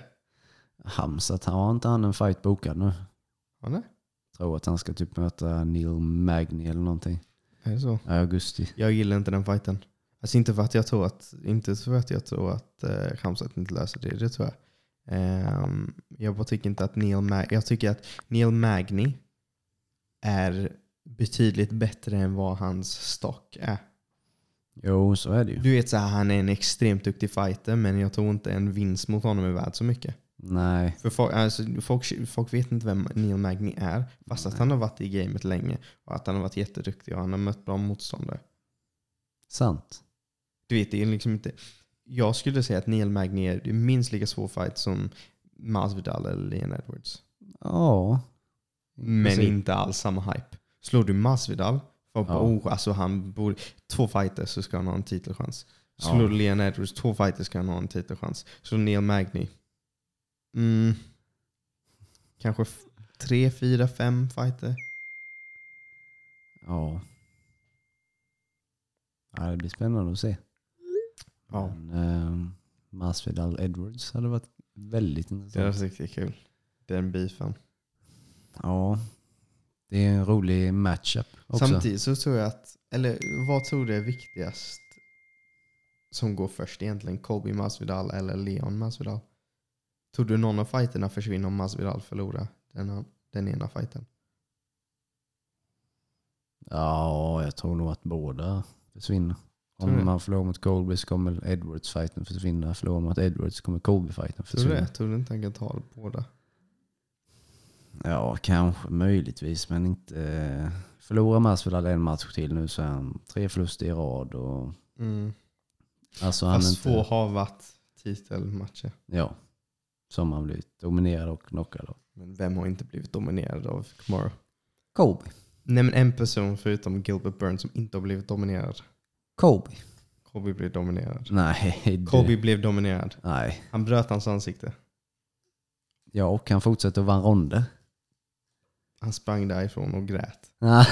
[SPEAKER 2] Hamzat, han har inte han en fight bokad nu?
[SPEAKER 1] Ja, nej.
[SPEAKER 2] Tror att han ska typ möta Neil Magny eller någonting.
[SPEAKER 1] Är det så?
[SPEAKER 2] Ja, i augusti.
[SPEAKER 1] Jag gillar inte den fighten. Alltså inte för att jag tror att, inte för att, jag tror att eh, Khamzat inte löser det, det tror jag. Ehm, jag bara tycker inte att Neil Mag- jag tycker att Neil Magny är betydligt bättre än vad hans stock är.
[SPEAKER 2] Jo, så är det ju.
[SPEAKER 1] Du vet så här, han är en extremt duktig fighter men jag tror inte en vinst mot honom är värd så mycket.
[SPEAKER 2] Nej.
[SPEAKER 1] För folk, alltså, folk, folk vet inte vem Neil Magny är fast att han har varit i gamet länge och att han har varit jätteduktig och han har mött bra motståndare.
[SPEAKER 2] Sant.
[SPEAKER 1] Du vet, det är liksom inte... Jag skulle säga att Neil Magny är det är minst lika svår fight som Masvidal eller Leon Edwards.
[SPEAKER 2] Ja.
[SPEAKER 1] Men
[SPEAKER 2] Precis.
[SPEAKER 1] inte alls samma hype. Slår du Masvidal, folk bara,
[SPEAKER 2] Ja.
[SPEAKER 1] oh, alltså han borde, två fighters så ska han ha en titelchans.
[SPEAKER 2] Ja.
[SPEAKER 1] Slår du Leon Edwards, två fighters ska han ha en titelchans. Så Neil Magny, mm, kanske f- tre, fyra, fem fighter.
[SPEAKER 2] Ja. ja. Det blir spännande att se.
[SPEAKER 1] Ja.
[SPEAKER 2] Men, eh, Masvidal Edwards hade varit väldigt
[SPEAKER 1] Det är
[SPEAKER 2] intressant.
[SPEAKER 1] riktigt kul. Den beefen.
[SPEAKER 2] Ja. Det är en rolig matchup också.
[SPEAKER 1] Samtidigt så tror jag att, eller vad tror du är viktigast som går först egentligen? Colby Masvidal eller Leon Masvidal? Tror du någon av fighterna försvinner om Masvidal förlorar den, den ena fighten?
[SPEAKER 2] Ja, jag tror nog att båda försvinner.
[SPEAKER 1] Tror du?
[SPEAKER 2] Om man förlorar mot Colby så kommer Edwards-fighten försvinna. Förlorar man mot Edwards kommer Colby-fighten
[SPEAKER 1] Tror du det?
[SPEAKER 2] försvinna.
[SPEAKER 1] Tror du inte han kan ta båda?
[SPEAKER 2] Ja, kanske, möjligtvis, men inte... eh, Förlorar Masvidal en match till nu så är han tre förluster i rad. Och,
[SPEAKER 1] Mm.
[SPEAKER 2] alltså han är
[SPEAKER 1] Fast
[SPEAKER 2] inte,
[SPEAKER 1] två har varit titelmatcher.
[SPEAKER 2] Ja. Som han blivit dominerad och knockad av.
[SPEAKER 1] Men vem har inte blivit dominerad av Kamaru?
[SPEAKER 2] Colby.
[SPEAKER 1] Nej men en person förutom Gilbert Burns som inte har blivit dominerad.
[SPEAKER 2] Colby.
[SPEAKER 1] Colby blev dominerad.
[SPEAKER 2] Nej. [laughs] det-
[SPEAKER 1] Colby blev dominerad.
[SPEAKER 2] Nej.
[SPEAKER 1] Han bröt hans ansikte.
[SPEAKER 2] Ja, och han fortsätter att vara en ronde.
[SPEAKER 1] Han sprang därifrån och grät.
[SPEAKER 2] Nej.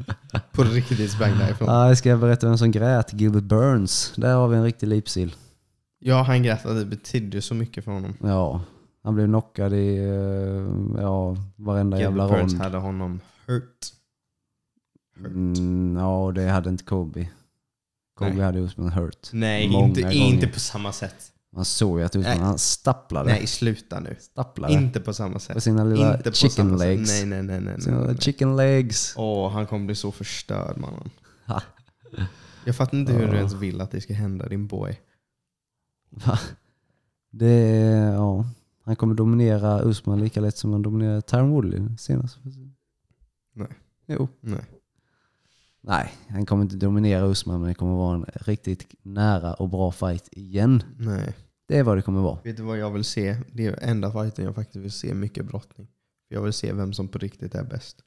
[SPEAKER 2] [laughs]
[SPEAKER 1] På riktigt sprang därifrån.
[SPEAKER 2] Nej, ska jag berätta vem som grät? Gilbert Burns. Där har vi en riktig lipsill.
[SPEAKER 1] Ja, han grät att det betydde så mycket för honom.
[SPEAKER 2] Ja, han blev knockad i eh, ja, varenda jävla
[SPEAKER 1] Gilbert Burns
[SPEAKER 2] rond.
[SPEAKER 1] hade honom hurt. hurt.
[SPEAKER 2] Mm, ja, det hade inte Kobe. Kobe
[SPEAKER 1] Nej.
[SPEAKER 2] hade Usman hurt.
[SPEAKER 1] Nej,
[SPEAKER 2] Många
[SPEAKER 1] inte,
[SPEAKER 2] gånger.
[SPEAKER 1] inte på samma sätt.
[SPEAKER 2] Man såg ju att Usman
[SPEAKER 1] Nej.
[SPEAKER 2] han stapplade.
[SPEAKER 1] Nej, sluta nu.
[SPEAKER 2] Stapplade
[SPEAKER 1] Inte på samma
[SPEAKER 2] på
[SPEAKER 1] sätt.
[SPEAKER 2] sina lilla
[SPEAKER 1] Inte på
[SPEAKER 2] chicken
[SPEAKER 1] samma
[SPEAKER 2] legs.
[SPEAKER 1] sätt. Nej, nej, nej. nej, nej,
[SPEAKER 2] Sina
[SPEAKER 1] nej,
[SPEAKER 2] lilla
[SPEAKER 1] nej.
[SPEAKER 2] chicken legs.
[SPEAKER 1] Åh, han kommer bli så förstörd mannen.
[SPEAKER 2] Ha.
[SPEAKER 1] Jag fattar inte hur
[SPEAKER 2] Ja.
[SPEAKER 1] du ens vill att det ska hända din boy.
[SPEAKER 2] Va? Det är, ja. Han kommer dominera Usman lika lätt som han dominerade Tyron Woodley senast.
[SPEAKER 1] Nej.
[SPEAKER 2] Jo.
[SPEAKER 1] Nej.
[SPEAKER 2] Nej, han kommer inte dominera Usman men det kommer vara en riktigt nära och bra fight igen.
[SPEAKER 1] Nej.
[SPEAKER 2] Det är vad det kommer vara.
[SPEAKER 1] Vet du vad jag vill se? Det är enda fighten jag faktiskt vill se mycket brottning. Jag vill se vem som på riktigt är bäst.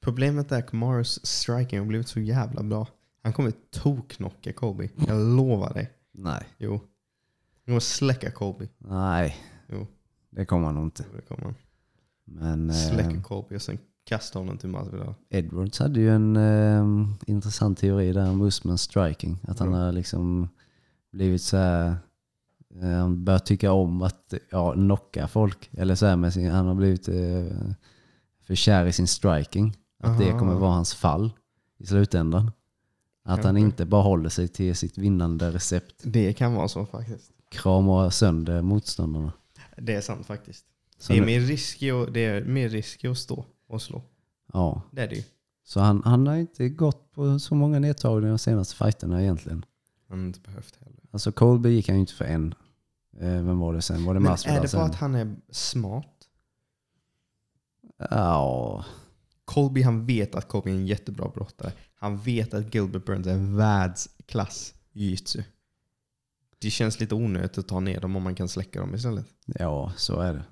[SPEAKER 1] Problemet är att Mars striking har blivit så jävla bra. Han kommer tokknocka Kobe. Jag lovar dig.
[SPEAKER 2] Nej.
[SPEAKER 1] Jo. Han kommer släcka Kobe.
[SPEAKER 2] Nej.
[SPEAKER 1] Jo.
[SPEAKER 2] Det kommer han nog inte.
[SPEAKER 1] Det kommer han.
[SPEAKER 2] Men eh,
[SPEAKER 1] Släcka Kobe och sen kasta honom till Masvidal.
[SPEAKER 2] Edwards hade ju en eh, intressant teori där om Usmans striking. Att han
[SPEAKER 1] Ja.
[SPEAKER 2] har liksom blivit så här, eh, han börjar tycka om att ja, knocka folk. Eller så här med sin, han har blivit eh, för kär i sin striking. Att det
[SPEAKER 1] Aha.
[SPEAKER 2] kommer vara hans fall i slutändan. Att han
[SPEAKER 1] Kanske.
[SPEAKER 2] inte bara håller sig till sitt vinnande recept.
[SPEAKER 1] Det kan vara så faktiskt.
[SPEAKER 2] Kramar sönder motståndarna.
[SPEAKER 1] Det är sant faktiskt.
[SPEAKER 2] Så
[SPEAKER 1] Det är
[SPEAKER 2] nu-
[SPEAKER 1] mer risk i att, det är mer risk i att stå och slå.
[SPEAKER 2] ja.
[SPEAKER 1] Det är det ju.
[SPEAKER 2] Så han, han har inte gått på så många nedtagningar de senaste fighterna egentligen.
[SPEAKER 1] Han har inte behövt heller.
[SPEAKER 2] Alltså Colby gick han ju inte för en. Eh, vem var det sen? Var det
[SPEAKER 1] Men
[SPEAKER 2] Masvidal
[SPEAKER 1] är det bara
[SPEAKER 2] sen?
[SPEAKER 1] att han är smart?
[SPEAKER 2] Ja,
[SPEAKER 1] Colby han vet att Colby är en jättebra brottare. Han vet att Gilbert Burns är världsklass jitsu. Det känns lite onödigt att ta ner dem om man kan släcka dem istället.
[SPEAKER 2] ja, så är det.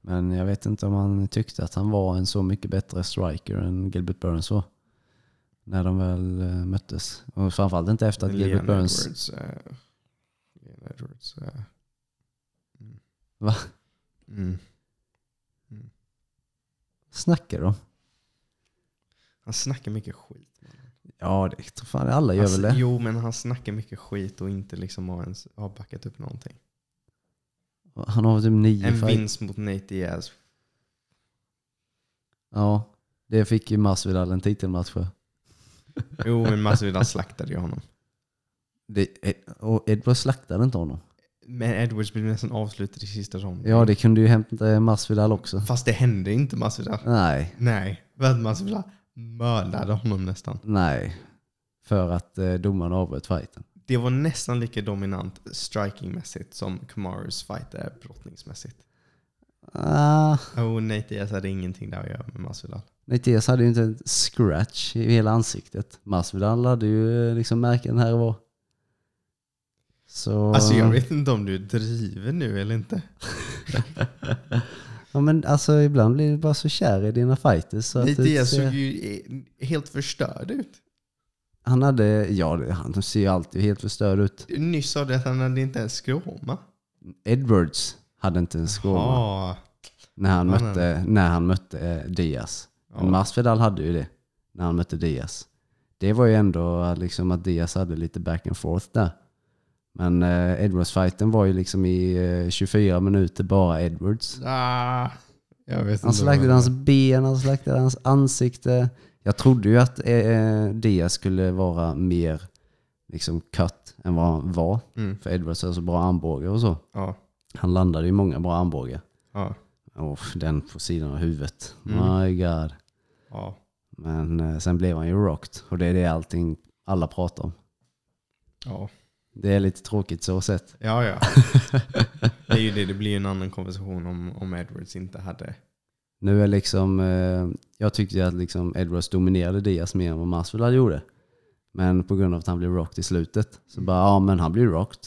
[SPEAKER 2] Men jag vet inte om han tyckte att han var en så mycket bättre striker än Gilbert Burns var. När de väl eh, möttes. Och framförallt inte efter att
[SPEAKER 1] Leon
[SPEAKER 2] Gilbert Burns...
[SPEAKER 1] Edwards, eh, Edwards. eh, Mm.
[SPEAKER 2] Va?
[SPEAKER 1] Mm.
[SPEAKER 2] Snackar de?
[SPEAKER 1] Han snackar mycket skit.
[SPEAKER 2] Ja, det Alltså, tror fan alla gör
[SPEAKER 1] Han s-
[SPEAKER 2] väl det.
[SPEAKER 1] Jo, men han snackar mycket skit och inte liksom har, ens, har backat upp någonting.
[SPEAKER 2] Han har typ nio
[SPEAKER 1] En
[SPEAKER 2] fight.
[SPEAKER 1] vinst mot Nate Diaz.
[SPEAKER 2] Ja, det fick ju Masvidal en titelmatch för.
[SPEAKER 1] Jo, men Masvidal [laughs] slaktade ju honom.
[SPEAKER 2] Det, eh, och Edward slaktade inte honom.
[SPEAKER 1] Men Edwards blev nästan avslutad i sista ronden.
[SPEAKER 2] Ja, det kunde ju hämta Masvidal också.
[SPEAKER 1] Fast det hände inte Masvidal.
[SPEAKER 2] Nej,
[SPEAKER 1] Nej, för att Masvidal mördade honom nästan.
[SPEAKER 2] nej. För att eh, domaren avbröt fighten.
[SPEAKER 1] Det var nästan lika dominant strikingmässigt som Kamaros fight är brottningsmässigt.
[SPEAKER 2] Ah,
[SPEAKER 1] Och Nate Diaz hade ingenting där att göra med Masvidal.
[SPEAKER 2] Nitias hade ju inte en scratch i hela ansiktet. Masvidal hade ju eh, liksom märken här och var. Så...
[SPEAKER 1] Alltså jag vet inte om du driver nu eller inte.
[SPEAKER 2] Ja men alltså ibland blir du bara så kär i dina fighters. Så att
[SPEAKER 1] Nate
[SPEAKER 2] du inte
[SPEAKER 1] Diaz
[SPEAKER 2] ser-
[SPEAKER 1] såg ju eh, helt förstörd ut.
[SPEAKER 2] Han hade, ja det- han ser ju alltid helt förstörd ut.
[SPEAKER 1] Nyss sa du att han hade inte ens skråma. Ah.
[SPEAKER 2] Edwards hade inte en skåma
[SPEAKER 1] Ja.
[SPEAKER 2] när han
[SPEAKER 1] Nej, nej,
[SPEAKER 2] mötte, när han mötte eh, Diaz. Men
[SPEAKER 1] Ja.
[SPEAKER 2] Masvidal hade ju det när han mötte Diaz. Det var ju ändå eh, liksom att Diaz hade lite back and forth där. Men eh, Edwards-fighten var ju liksom i eh, 24 minuter bara Edwards.
[SPEAKER 1] Ah, jag vet
[SPEAKER 2] Han
[SPEAKER 1] inte vad
[SPEAKER 2] slaktade
[SPEAKER 1] det
[SPEAKER 2] hans ben, han slaktade hans ansikte. Jag trodde ju att eh, Diaz skulle vara mer liksom cut än vad han var.
[SPEAKER 1] var. Mm.
[SPEAKER 2] För Edwards är så bra armbågar och så.
[SPEAKER 1] Ja,
[SPEAKER 2] Han landade ju många bra armbågar.
[SPEAKER 1] ja,
[SPEAKER 2] Och den på sidan av huvudet.
[SPEAKER 1] Mm.
[SPEAKER 2] My god.
[SPEAKER 1] ja.
[SPEAKER 2] Men eh, sen blev han ju rocked. Och det är det allting alla pratar om.
[SPEAKER 1] Ja,
[SPEAKER 2] Det är lite tråkigt så sett.
[SPEAKER 1] ja.
[SPEAKER 2] [laughs]
[SPEAKER 1] ja. Det är ju det, det blir ju en annan konversation om, om Edwards inte hade...
[SPEAKER 2] Nu är liksom, eh, jag tyckte ju att liksom Edwards dominerade Diaz mer än vad Masvidal gjorde. Men på grund av att han blev rocked i slutet så
[SPEAKER 1] Mm.
[SPEAKER 2] bara, ja men han blev rocked.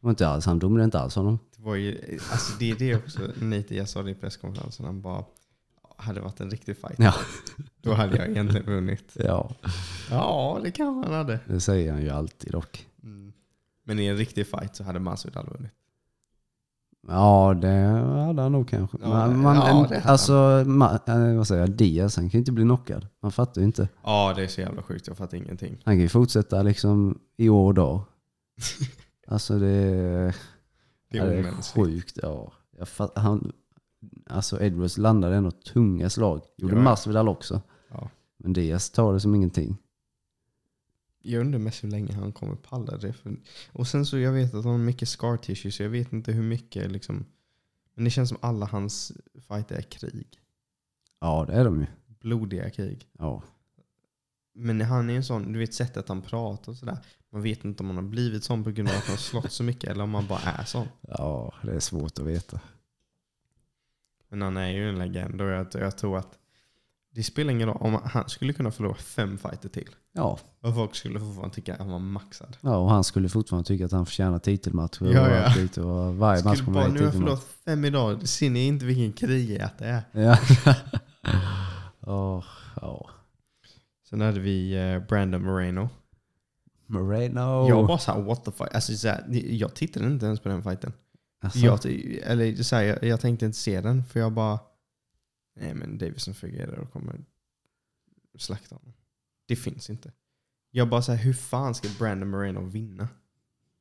[SPEAKER 2] Det var inte alls, han dominerade inte alls honom.
[SPEAKER 1] Det var ju, alltså det är det också, Nate jag sa det i presskonferensen, han bara hade varit en riktig fight.
[SPEAKER 2] Ja.
[SPEAKER 1] Då hade jag egentligen vunnit.
[SPEAKER 2] ja,
[SPEAKER 1] Ja, det kanske han hade.
[SPEAKER 2] det säger han ju alltid dock.
[SPEAKER 1] Mm. Men i en riktig fight så hade Masvidal vunnit.
[SPEAKER 2] Ja, det hade han nog kanske.
[SPEAKER 1] Ja,
[SPEAKER 2] man, man,
[SPEAKER 1] ja, det hade
[SPEAKER 2] alltså, ma, eh, vad säger jag, Diaz, han kan ju inte bli knockad. Man fattar ju inte.
[SPEAKER 1] Ja, det är så jävla sjukt. Jag fattar ingenting. [laughs]
[SPEAKER 2] Han kan ju fortsätta liksom i år och dag. Alltså det är...
[SPEAKER 1] Det
[SPEAKER 2] Ja,
[SPEAKER 1] är
[SPEAKER 2] det är
[SPEAKER 1] omänskligt.
[SPEAKER 2] sjukt. Ja. Jag fatt, han, alltså Edwards landade ändå tunga slag. Gjorde
[SPEAKER 1] Ja, ja.
[SPEAKER 2] Masvidal också.
[SPEAKER 1] Ja.
[SPEAKER 2] Men Diaz tar det som ingenting.
[SPEAKER 1] Jag undrar mest hur länge han kommer palla det. För, och sen så jag vet att han har mycket scar tissue så jag vet inte hur mycket liksom. Men det känns som alla hans fighter är krig.
[SPEAKER 2] Ja, det är de ju.
[SPEAKER 1] Blodiga krig.
[SPEAKER 2] Ja.
[SPEAKER 1] Men han är en sån, du vet sättet att han pratar och sådär. Man vet inte om han har blivit sån på grund av att han har slått så mycket eller om han bara är sån.
[SPEAKER 2] ja, det är svårt att veta.
[SPEAKER 1] Men han är ju en legend och jag, jag tror att det spelar ingen roll. Om han skulle kunna förlora fem fighter till.
[SPEAKER 2] Ja,
[SPEAKER 1] Och folk skulle fortfarande tycka att han var maxad.
[SPEAKER 2] ja och han skulle fortfarande tycka att han förtjänar titelmatcher.
[SPEAKER 1] Ja,
[SPEAKER 2] och
[SPEAKER 1] ja.
[SPEAKER 2] allt skit Och varje match
[SPEAKER 1] Skulle
[SPEAKER 2] kommer
[SPEAKER 1] bara,
[SPEAKER 2] han
[SPEAKER 1] nu
[SPEAKER 2] i
[SPEAKER 1] har jag
[SPEAKER 2] titelmatch.
[SPEAKER 1] förlorat fem idag. Ser ni inte vilken krigare det är?
[SPEAKER 2] Ja. [laughs] Åh, ja.
[SPEAKER 1] Sen hade vi eh, Brandon Moreno.
[SPEAKER 2] Moreno.
[SPEAKER 1] Jag bara såhär what the fuck. Alltså, så här, jag tittade inte ens på den fighten.
[SPEAKER 2] Alltså,
[SPEAKER 1] Jag, eller, så här, jag, jag tänkte inte se den för jag bara nej men Davison Figueroa kommer slakta honom. Det finns inte. Jag bara såhär hur fan ska Brandon Moreno vinna?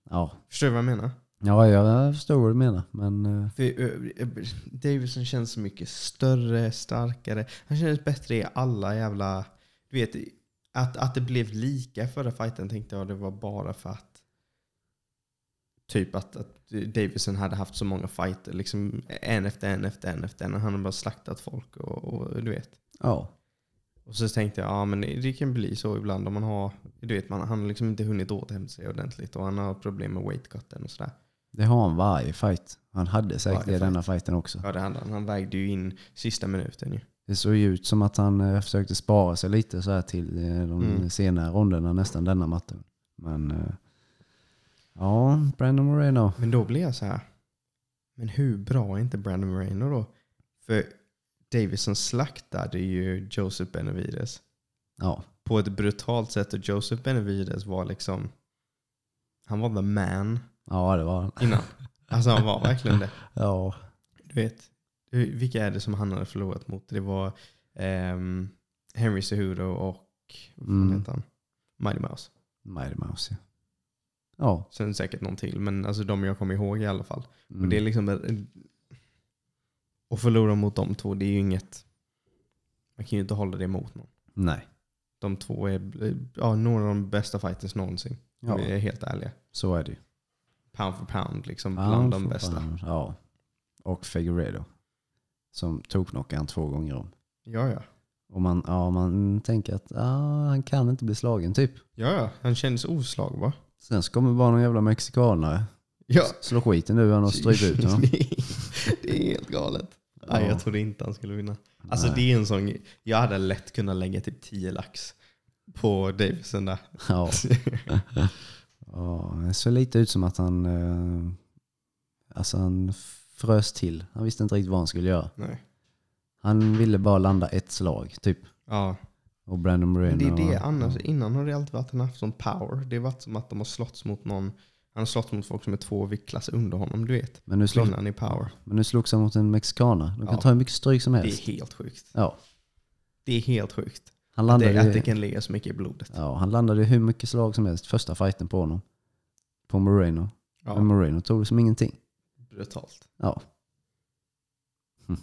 [SPEAKER 2] ja.
[SPEAKER 1] Förstår du vad jag menar?
[SPEAKER 2] ja, jag förstår vad du menar. Men eh,
[SPEAKER 1] För, eh, eh, Davison känns så mycket större, starkare. Han kändes bättre i alla jävla... Du vet, att, att det blev lika i förra fighten tänkte jag det var bara för att typ att, att Davison hade haft så många fighter. Liksom en efter en efter en efter en. Och han hade bara slaktat folk och, och du vet.
[SPEAKER 2] ja.
[SPEAKER 1] Och så tänkte jag, ja men det kan bli så ibland om man har, du vet man, han har liksom inte hunnit återhämta sig ordentligt och han har problem med weight cutten och sådär.
[SPEAKER 2] Det har han varje fight. Han hade säkert
[SPEAKER 1] Varje
[SPEAKER 2] det i denna
[SPEAKER 1] fight.
[SPEAKER 2] fighten också.
[SPEAKER 1] Ja det hade han, han vägde ju in sista minuten ju.
[SPEAKER 2] Det såg ju ut som att han eh, försökte spara sig lite så här till eh, de
[SPEAKER 1] Mm.
[SPEAKER 2] senare ronderna nästan denna matchen. Men eh, ja, Brandon Moreno.
[SPEAKER 1] Men då blir jag så här. Men hur bra är inte Brandon Moreno då? För Davison slaktade ju Joseph Benavides
[SPEAKER 2] Ja,
[SPEAKER 1] på ett brutalt sätt och Joseph Benavides var liksom han var the man.
[SPEAKER 2] Ja, det var han.
[SPEAKER 1] innan. Alltså han var verkligen det.
[SPEAKER 2] Ja.
[SPEAKER 1] Du vet, du- vilka är det som han hade förlorat mot? Det var ehm, Henry Cejudo och vad fan
[SPEAKER 2] Mm.
[SPEAKER 1] heter han? Mighty Mouse.
[SPEAKER 2] Mighty Mouse, ja. Ja.
[SPEAKER 1] Sen säkert någon till, men alltså de jag kommer ihåg i alla fall.
[SPEAKER 2] Mm.
[SPEAKER 1] Och det är liksom... en- Att förlora mot de två, det är ju inget... Man kan ju inte hålla det emot någon.
[SPEAKER 2] mm, Nej.
[SPEAKER 1] De två är ja, några av de bästa fighters någonsin. Om
[SPEAKER 2] Ja,
[SPEAKER 1] vi är helt ärliga.
[SPEAKER 2] så är det ju.
[SPEAKER 1] Pound for pound, liksom
[SPEAKER 2] Ja,
[SPEAKER 1] bland de
[SPEAKER 2] för
[SPEAKER 1] bästa.
[SPEAKER 2] fan. Ja. Och Figueredo. Som tog knockan två gånger om.
[SPEAKER 1] Ja, ja.
[SPEAKER 2] Och man, ja, man tänker att ah, han kan inte bli slagen typ.
[SPEAKER 1] Ja, ja. Han kändes oslagbar.
[SPEAKER 2] Sen så kommer bara någon jävla mexikanare.
[SPEAKER 1] Ja.
[SPEAKER 2] Slår skiten ur honom och stryper ut honom.
[SPEAKER 1] [laughs] det är helt galet. Nej,
[SPEAKER 2] Ja.
[SPEAKER 1] jag trodde inte han skulle vinna. Alltså
[SPEAKER 2] Nej.
[SPEAKER 1] det är en sån... Jag hade lätt kunnat lägga typ 10 lax på Davison
[SPEAKER 2] [laughs]
[SPEAKER 1] där.
[SPEAKER 2] Ja. ja, det såg lite ut som att han, eh, alltså han frös till. Han visste inte riktigt vad han skulle göra.
[SPEAKER 1] Nej.
[SPEAKER 2] Han ville bara landa ett slag typ.
[SPEAKER 1] Ja.
[SPEAKER 2] Och Brandon Moreno.
[SPEAKER 1] Men det är det
[SPEAKER 2] var-
[SPEAKER 1] annars. Innan har det alltid varit att han har haft sån power. Det har varit som att de har slåtts mot någon. Han har slått mot folk som är två viktklasser under honom, du vet.
[SPEAKER 2] Men nu, slog,
[SPEAKER 1] Skillnaden i power.
[SPEAKER 2] men nu slogs han mot en mexikana. De kan
[SPEAKER 1] Ja.
[SPEAKER 2] ta hur mycket stryk som
[SPEAKER 1] Det är
[SPEAKER 2] helst.
[SPEAKER 1] helt sjukt.
[SPEAKER 2] Ja.
[SPEAKER 1] Det är helt sjukt.
[SPEAKER 2] Han
[SPEAKER 1] Att det, att
[SPEAKER 2] landade,
[SPEAKER 1] det
[SPEAKER 2] ju,
[SPEAKER 1] kan ligga så mycket i blodet.
[SPEAKER 2] ja, han landade ju hur mycket slag som helst första fighten på honom. På Moreno. Men
[SPEAKER 1] Ja,
[SPEAKER 2] Moreno tog det som ingenting.
[SPEAKER 1] brutalt.
[SPEAKER 2] Ja. Hm.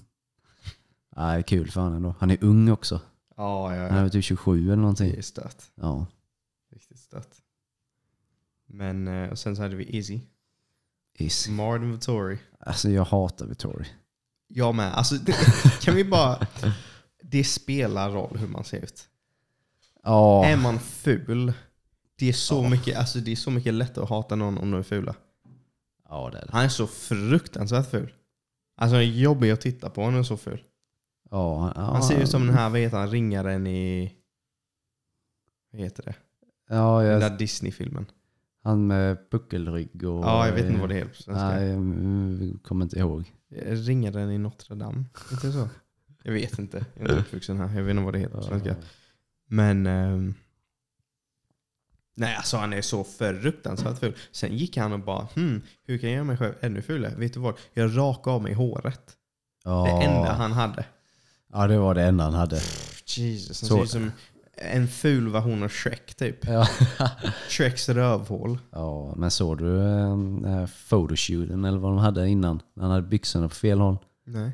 [SPEAKER 2] Nej, kul för han ändå. Han är ung också.
[SPEAKER 1] Ja, ja,
[SPEAKER 2] Han är
[SPEAKER 1] ja.
[SPEAKER 2] väl typ 27 eller någonting.
[SPEAKER 1] Det är stört.
[SPEAKER 2] Ja.
[SPEAKER 1] Riktigt stört. Men eh, och sen så hade vi Izzy.
[SPEAKER 2] Is.
[SPEAKER 1] Martin Vittori.
[SPEAKER 2] Alltså jag hatar Vittori.
[SPEAKER 1] Jag med. Alltså, det, kan vi bara... Det spelar roll hur man ser ut.
[SPEAKER 2] Ja.
[SPEAKER 1] Är man ful, det är, så
[SPEAKER 2] Ja.
[SPEAKER 1] mycket, alltså, det är så mycket lättare att hata någon om de är fula.
[SPEAKER 2] Ja, det är det.
[SPEAKER 1] Han är så fruktansvärt ful. Alltså han är jobbig att titta på, han är så ful.
[SPEAKER 2] Ja, han- ja,
[SPEAKER 1] Han ser ut som den här, vad heter han, ringaren i... Vad heter det?
[SPEAKER 2] Ja,
[SPEAKER 1] Den
[SPEAKER 2] jag,
[SPEAKER 1] där Disney-filmen.
[SPEAKER 2] han med puckelrygg och...
[SPEAKER 1] Ja, jag vet inte vad det är på
[SPEAKER 2] Nej,
[SPEAKER 1] svenska.
[SPEAKER 2] jag mm, kommer inte ihåg.
[SPEAKER 1] Ringaren i Notre Dame. Inte så? Jag vet inte. Jag är inte uppvuxen här. Jag vet inte vad det heter på
[SPEAKER 2] Ah.
[SPEAKER 1] svenska. Men... ehm, nej, alltså han är så fruktansvärt ful. Sen gick han och bara, hmm, hur kan jag göra mig själv ännu fulare? Vet du vad? Jag rakade av mig håret.
[SPEAKER 2] Ja.
[SPEAKER 1] Det enda han hade.
[SPEAKER 2] Ja, det var det enda han hade.
[SPEAKER 1] Jesus, han
[SPEAKER 2] Så-
[SPEAKER 1] ser ut som en ful version av Shrek typ.
[SPEAKER 2] Ja,
[SPEAKER 1] Shreks rövhål.
[SPEAKER 2] ja men såg du eh, den här photoshooten eller vad de hade innan? När han hade byxorna på fel håll.
[SPEAKER 1] Nej.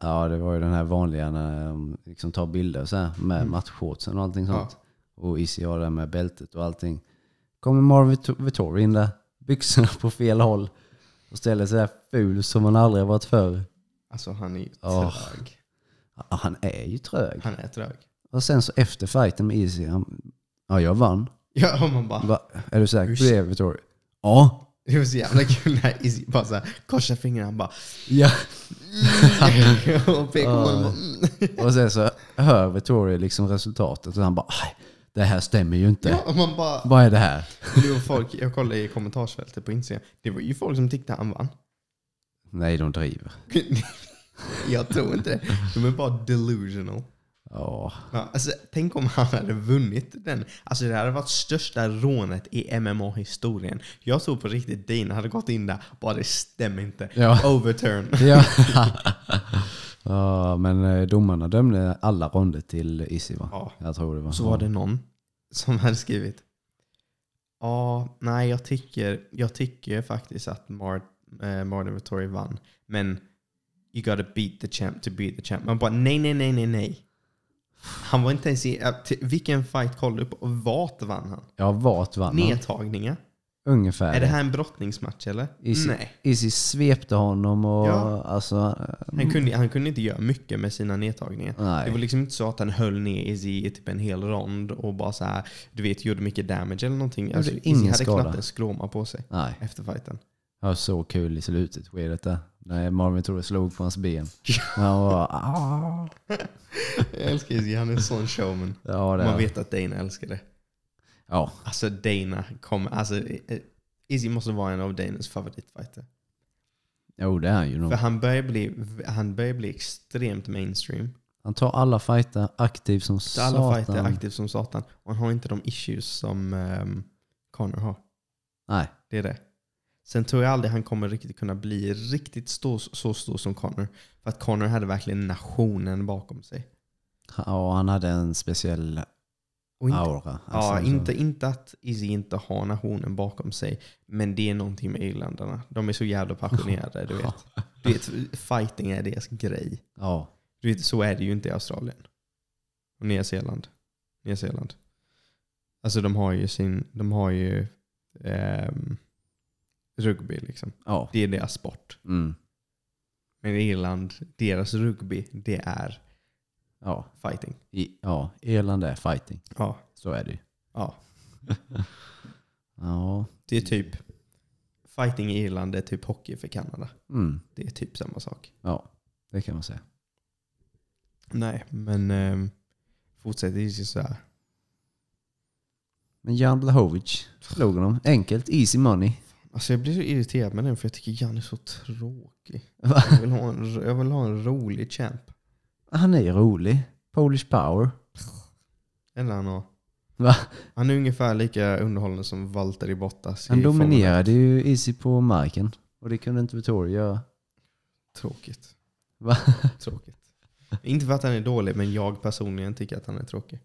[SPEAKER 2] Ja, det var ju den här vanliga när de liksom tar bilder och så här med
[SPEAKER 1] Mm.
[SPEAKER 2] matchshortsen och allting
[SPEAKER 1] Ja.
[SPEAKER 2] sånt. Och Izzy har det med bältet och allting. Kommer Marvin Vit- Vittori in där, byxorna på fel håll och ställer sig där ful som han aldrig har varit förr.
[SPEAKER 1] Alltså han är ju
[SPEAKER 2] Åh.
[SPEAKER 1] trög.
[SPEAKER 2] Ja, han är ju trög.
[SPEAKER 1] Han är trög.
[SPEAKER 2] Och sen så efter fighten med Izzy, han, ja jag vann.
[SPEAKER 1] Ja, och man bara,
[SPEAKER 2] Va, är du säker på
[SPEAKER 1] Usch.
[SPEAKER 2] det Vittori? Ja.
[SPEAKER 1] det var så jävla kul när Izzy bara så här, korsar fingrarna bara [laughs]
[SPEAKER 2] ja.
[SPEAKER 1] mm, och pekar på honom. och bara, Mm.
[SPEAKER 2] Och sen så hör Vittori liksom resultatet och han bara, "Aj, det här stämmer ju inte.
[SPEAKER 1] Ja, och man bara,
[SPEAKER 2] Vad är det här?
[SPEAKER 1] det var folk, jag kollade i kommentarsfältet på Instagram, det var ju folk som tyckte han vann. [laughs]
[SPEAKER 2] Nej, de driver.
[SPEAKER 1] Jag tror inte det. De är bara delusional.
[SPEAKER 2] Ja.
[SPEAKER 1] Ja, alltså, tänk om han hade vunnit den. Alltså det hade varit största rånet i MMA-historien. Jag tror på riktigt Dina hade gått in där bara det stämmer inte.
[SPEAKER 2] Ja.
[SPEAKER 1] Overturn.
[SPEAKER 2] ja. [laughs] ja, men eh, domarna dömde alla ronder till Isi va?
[SPEAKER 1] Ja.
[SPEAKER 2] Jag tror det var.
[SPEAKER 1] Så var det någon som hade skrivit. Ja, nej jag tycker, jag tycker faktiskt att Mar- eh, Martin Vittori vann. Men you gotta beat the champ to beat the champ. Man bara nej, nej, nej, nej, nej. Han var inte ens i... eh, till- Vilken fight kollade du på? Och vart vann han?
[SPEAKER 2] Ja, vart vann han?
[SPEAKER 1] Nedtagningar?
[SPEAKER 2] Ungefär.
[SPEAKER 1] Är det här en brottningsmatch eller?
[SPEAKER 2] Isi,
[SPEAKER 1] Nej.
[SPEAKER 2] Isi svepte honom och
[SPEAKER 1] Ja.
[SPEAKER 2] alltså... eh,
[SPEAKER 1] Han kunde, han kunde inte göra mycket med sina nedtagningar. Det var
[SPEAKER 2] Nej.
[SPEAKER 1] liksom inte så att han höll ner Izzy i typ en hel rond och bara så här, du vet, gjorde mycket damage eller någonting. Alltså,
[SPEAKER 2] gjorde
[SPEAKER 1] Izzy
[SPEAKER 2] ingen
[SPEAKER 1] hade
[SPEAKER 2] skada.
[SPEAKER 1] knappt en skråma på sig
[SPEAKER 2] Nej.
[SPEAKER 1] efter fighten.
[SPEAKER 2] Det var så kul i slutet, skedet där. När Marvin Tore slog på
[SPEAKER 1] [laughs]
[SPEAKER 2] hans ben. Han var, "Ah."
[SPEAKER 1] [laughs] Jag älskar Izzy, han är en sån showman.
[SPEAKER 2] ja, det
[SPEAKER 1] Man vet att Dana älskar det.
[SPEAKER 2] ja,
[SPEAKER 1] Alltså Dana kommer, alltså eh, Izzy måste vara en av Danas favoritfighter.
[SPEAKER 2] jo det är han ju nog.
[SPEAKER 1] För han börjar bli, han börjar bli extremt mainstream.
[SPEAKER 2] Han tar alla fighter aktiv som
[SPEAKER 1] Så alla
[SPEAKER 2] satan.
[SPEAKER 1] fighter är aktiv som satan. Och han har inte de issues som um, ehm, Connor har.
[SPEAKER 2] Nej.
[SPEAKER 1] Det är det. Sen tror jag aldrig han kommer riktigt kunna bli riktigt stor, så stor som Connor. För att Connor hade verkligen nationen bakom sig.
[SPEAKER 2] Ja, han hade en speciell
[SPEAKER 1] Och inte,
[SPEAKER 2] aura.
[SPEAKER 1] ja,
[SPEAKER 2] Alltså,
[SPEAKER 1] inte, inte att Izzy inte har nationen bakom sig, men det är någonting med irländarna. De är så jävla passionerade. Du
[SPEAKER 2] [laughs]
[SPEAKER 1] vet. Du vet, fighting är deras grej.
[SPEAKER 2] Ja,
[SPEAKER 1] Du vet, så är det ju inte i Australien. Och Nya Zeeland. Nya Zeeland. Alltså de har ju sin, de har ju ehm, rugby liksom.
[SPEAKER 2] ja.
[SPEAKER 1] Det är deras sport.
[SPEAKER 2] Mm.
[SPEAKER 1] Men i Irland, deras rugby, det är
[SPEAKER 2] ja.
[SPEAKER 1] fighting.
[SPEAKER 2] I, ja, Irland är fighting.
[SPEAKER 1] Ja.
[SPEAKER 2] Så är det ju.
[SPEAKER 1] ja.
[SPEAKER 2] Ja.
[SPEAKER 1] Det är typ, fighting i Irland är typ hockey för Kanada.
[SPEAKER 2] Mm.
[SPEAKER 1] Det är typ samma sak.
[SPEAKER 2] ja, det kan man säga.
[SPEAKER 1] Nej, men ehm, fortsätter ju så här.
[SPEAKER 2] Men Jan Blahovic slog honom. Enkelt, easy money.
[SPEAKER 1] Alltså jag blir så irriterad med den för jag tycker Jan är så tråkig.
[SPEAKER 2] Va?
[SPEAKER 1] Jag vill ha en, jag vill ha en rolig champ.
[SPEAKER 2] Han är ju rolig. Polish power.
[SPEAKER 1] Eller han har.
[SPEAKER 2] Va?
[SPEAKER 1] Han är ungefär lika underhållande som Valtteri Bottas. i
[SPEAKER 2] Han
[SPEAKER 1] Formel ett.
[SPEAKER 2] dominerade ju Easy på marken. Och det kunde inte Vittorio göra.
[SPEAKER 1] Tråkigt.
[SPEAKER 2] Va?
[SPEAKER 1] Tråkigt. Inte för att han är dålig, men jag personligen tycker att han är tråkig.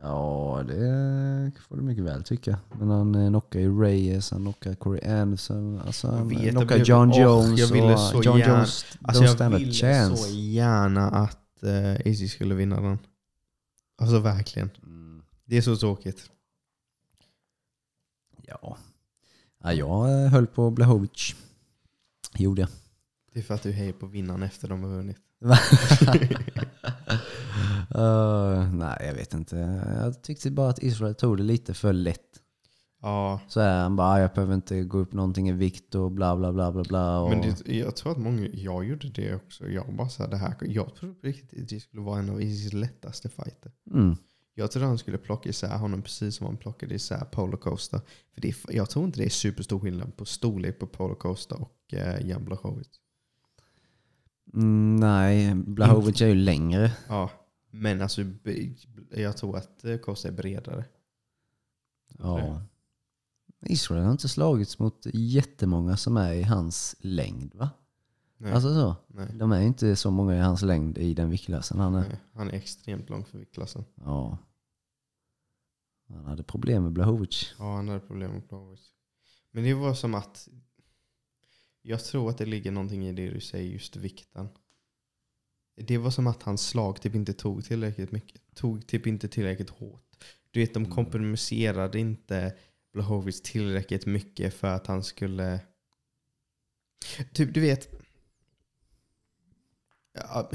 [SPEAKER 2] Ja, det får du mycket väl tycka. Men han eh, knockar ju Reyes, han knockar Corey Anderson, alltså han
[SPEAKER 1] vet,
[SPEAKER 2] eh,
[SPEAKER 1] jag
[SPEAKER 2] knockar
[SPEAKER 1] blev-
[SPEAKER 2] John
[SPEAKER 1] åh,
[SPEAKER 2] Jones.
[SPEAKER 1] jag ville
[SPEAKER 2] och,
[SPEAKER 1] så
[SPEAKER 2] John
[SPEAKER 1] gärna-
[SPEAKER 2] Jones
[SPEAKER 1] Alltså
[SPEAKER 2] don't
[SPEAKER 1] jag
[SPEAKER 2] stand a
[SPEAKER 1] ville så
[SPEAKER 2] chance.
[SPEAKER 1] gärna att uh, Izzy skulle vinna den. Alltså verkligen.
[SPEAKER 2] Mm,
[SPEAKER 1] Det är så tråkigt.
[SPEAKER 2] ja. ja, jag eh, höll på Blahovic. Gjorde jag.
[SPEAKER 1] Det är för att du hejar på vinnaren efter de har vunnit.
[SPEAKER 2] Eh, nej, jag vet inte. Jag tyckte bara att Israel tog det lite för lätt.
[SPEAKER 1] Ja,
[SPEAKER 2] Så här, han bara, "Ah, jag behöver inte gå upp någonting i vikt och bla bla bla bla bla. Och,
[SPEAKER 1] men det, jag tror att många, jag gjorde det också. Jag bara så här, det här, jag tror på riktigt att det skulle vara en av Izzys lättaste fighter.
[SPEAKER 2] mm.
[SPEAKER 1] Jag tror han skulle plocka isär honom precis som han plockade isär Polocoaster. För det är, jag tror inte det är superstor skillnad på storlek på Polocoaster och eh, Jan Blachowicz.
[SPEAKER 2] Mm, nej, Blahovic är ju längre.
[SPEAKER 1] Ja, men alltså b- jag tror att eh, Costa är bredare.
[SPEAKER 2] Ja. Israel har inte slagits mot jättemånga som är i hans längd va?
[SPEAKER 1] Nej,
[SPEAKER 2] Alltså så.
[SPEAKER 1] nej,
[SPEAKER 2] De är inte så många i hans längd i den viktklassen han är.
[SPEAKER 1] nej. Han är extremt lång för viktklassen.
[SPEAKER 2] Ja. Han hade problem med Blahovic.
[SPEAKER 1] Ja, han hade problem med Blåvitt. Men det var som att jag tror att det ligger någonting i det du säger, just vikten. Det var som att hans slag typ inte tog tillräckligt mycket. Tog typ inte tillräckligt hårt. Du vet, de
[SPEAKER 2] Mm.
[SPEAKER 1] kompenserade inte Blahovic tillräckligt mycket för att han skulle... Typ, du vet... Ja,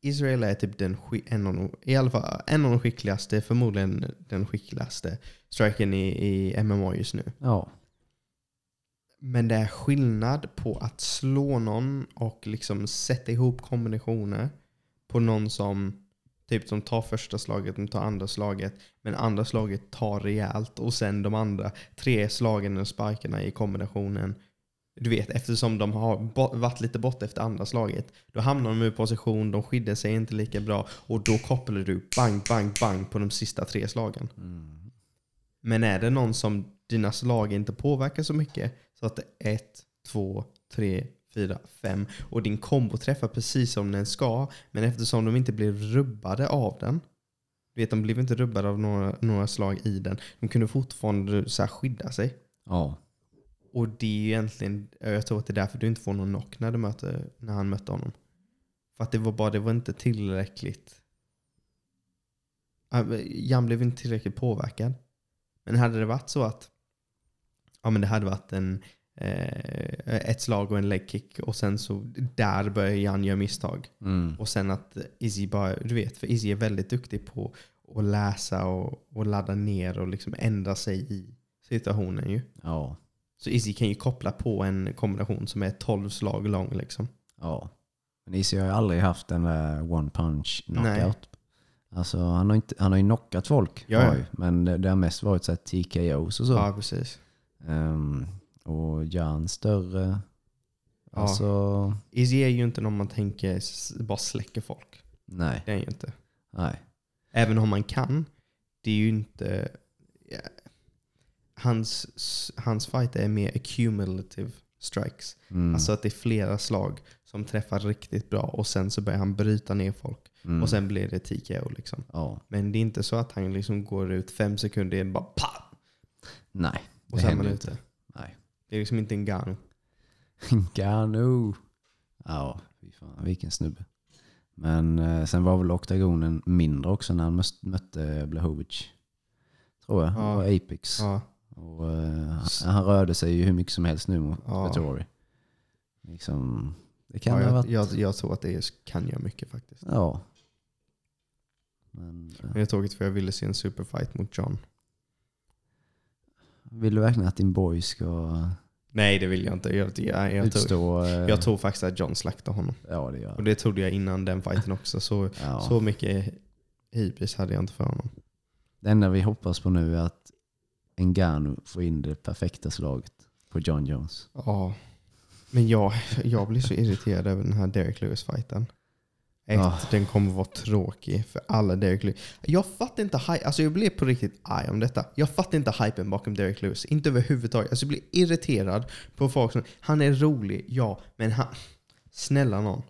[SPEAKER 1] Israel är typ den, ski- en, av de, i alla fall, en av de skickligaste, förmodligen den skickligaste strikern i, i MMA just nu.
[SPEAKER 2] Ja.
[SPEAKER 1] Men det är skillnad på att slå någon och liksom sätta ihop kombinationer på någon som typ som tar första slaget och tar andra slaget. Men andra slaget tar rejält och sen de andra tre slagen och sparkarna i kombinationen. Du vet, eftersom de har bo- varit lite borta efter andra slaget. Då hamnar de ur position, de skyddar sig inte lika bra och då kopplar du bang, bang, bang på de sista tre slagen.
[SPEAKER 2] Mm.
[SPEAKER 1] Men är det någon som dina slag inte påverkar så mycket så att det är 1, 2, 3, 4, 5 och din kombo träffar precis som den ska men eftersom de inte blev rubbade av den du vet, de blev inte rubbade av några, några slag i den. De kunde fortfarande så här skydda sig.
[SPEAKER 2] Ja.
[SPEAKER 1] Och det är ju egentligen, eh, jag tror att det är därför du inte får någon knock när, du möter, när han mötte honom. För att det var bara, det var inte tillräckligt. Ja, men Jan blev inte tillräckligt påverkad. Men hade det varit så att, ja men det hade varit en, eh, ett slag och en leg kick och sen så där börjar Jan göra misstag.
[SPEAKER 2] Mm.
[SPEAKER 1] Och sen att Izzy bara, du vet, för Izzy är väldigt duktig på att läsa och, och ladda ner och liksom ändra sig i situationen ju.
[SPEAKER 2] Ja.
[SPEAKER 1] Så Izzy kan ju koppla på en kombination som är 12 slag lång. Liksom.
[SPEAKER 2] Ja. Men Isi har ju aldrig haft den där one punch knockout.
[SPEAKER 1] Nej.
[SPEAKER 2] Alltså han har, inte, han har ju knockat folk.
[SPEAKER 1] Ja, ja.
[SPEAKER 2] har ju, Men det, det har mest varit så här TKOs och så.
[SPEAKER 1] Ja, precis.
[SPEAKER 2] Ehm, och Jan större.
[SPEAKER 1] Ja.
[SPEAKER 2] Alltså,
[SPEAKER 1] Izzy är ju inte någon man tänker s- bara släcker folk.
[SPEAKER 2] nej.
[SPEAKER 1] Det är ju inte.
[SPEAKER 2] nej.
[SPEAKER 1] Även om man kan, det är ju inte... ja. hans, hans fight är mer accumulative strikes.
[SPEAKER 2] Mm.
[SPEAKER 1] Alltså att det är flera slag som träffar riktigt bra och sen så börjar han bryta ner folk.
[SPEAKER 2] Mm.
[SPEAKER 1] Och sen blir det TKO liksom.
[SPEAKER 2] Ja,
[SPEAKER 1] Men det är inte så att han liksom går ut fem sekunder igen bara pa!
[SPEAKER 2] nej.
[SPEAKER 1] Och
[SPEAKER 2] Det
[SPEAKER 1] sen är
[SPEAKER 2] händer
[SPEAKER 1] man
[SPEAKER 2] inte.
[SPEAKER 1] ute.
[SPEAKER 2] Nej.
[SPEAKER 1] Det är liksom inte en gun.
[SPEAKER 2] Gano. Ja, fy fan, vilken snubbe. Men eh, sen var väl oktagonen mindre också när han mös- mötte Blahovic. Tror jag.
[SPEAKER 1] Ja.
[SPEAKER 2] Och Apex.
[SPEAKER 1] Ja,
[SPEAKER 2] Och, eh, han- han rörde sig ju hur mycket som helst nu mot
[SPEAKER 1] Ja.
[SPEAKER 2] Vettori. Liksom, det kan
[SPEAKER 1] ja,
[SPEAKER 2] ha
[SPEAKER 1] jag,
[SPEAKER 2] varit...
[SPEAKER 1] jag, jag tror att det kan göra mycket faktiskt.
[SPEAKER 2] Ja. Men, eh,
[SPEAKER 1] Men jag tog det för jag ville se en superfight mot John.
[SPEAKER 2] vill du verkligen att din boy ska
[SPEAKER 1] Nej det vill jag inte. Jag, jag, jag, tror,
[SPEAKER 2] utstå... eh,
[SPEAKER 1] jag tror faktiskt att John slaktade honom.
[SPEAKER 2] Ja, det gör
[SPEAKER 1] Och det trodde jag innan den fighten också. Så,
[SPEAKER 2] ja.
[SPEAKER 1] så mycket hybris hade jag inte för honom.
[SPEAKER 2] Det enda vi hoppas på nu är att Ngannou får in det perfekta slaget på John Jones.
[SPEAKER 1] Ja. Men jag, jag blir så irriterad över den här Derek Lewis-fighten. Ett,
[SPEAKER 2] Ah.
[SPEAKER 1] den kommer vara tråkig för alla Derek Lewis. Jag fattar inte hype. Alltså jag blev på riktigt arg om detta. Jag fattar inte hypen bakom Derek Lewis. Inte överhuvudtaget. Alltså jag blir irriterad på folk som... Han är rolig, ja. Men han... Snälla någon.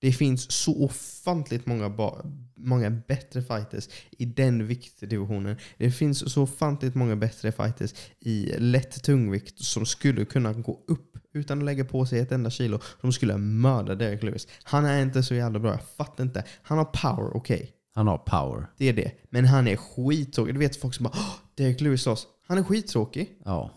[SPEAKER 1] Det finns så ofantligt många, ba- många bättre fighters i den viktdivisionen. Det finns så ofantligt många bättre fighters i lätt tungvikt som skulle kunna gå upp utan att lägga på sig ett enda kilo. De skulle mörda Derek Lewis. Han är inte så jävla bra, jag fattar inte. Han har power, okej.
[SPEAKER 2] Han har power.
[SPEAKER 1] Det är det. Men han är skittråkig. Du vet folk som bara "Åh, Derek Lewis slåss. Han är skittråkig.
[SPEAKER 2] Ja,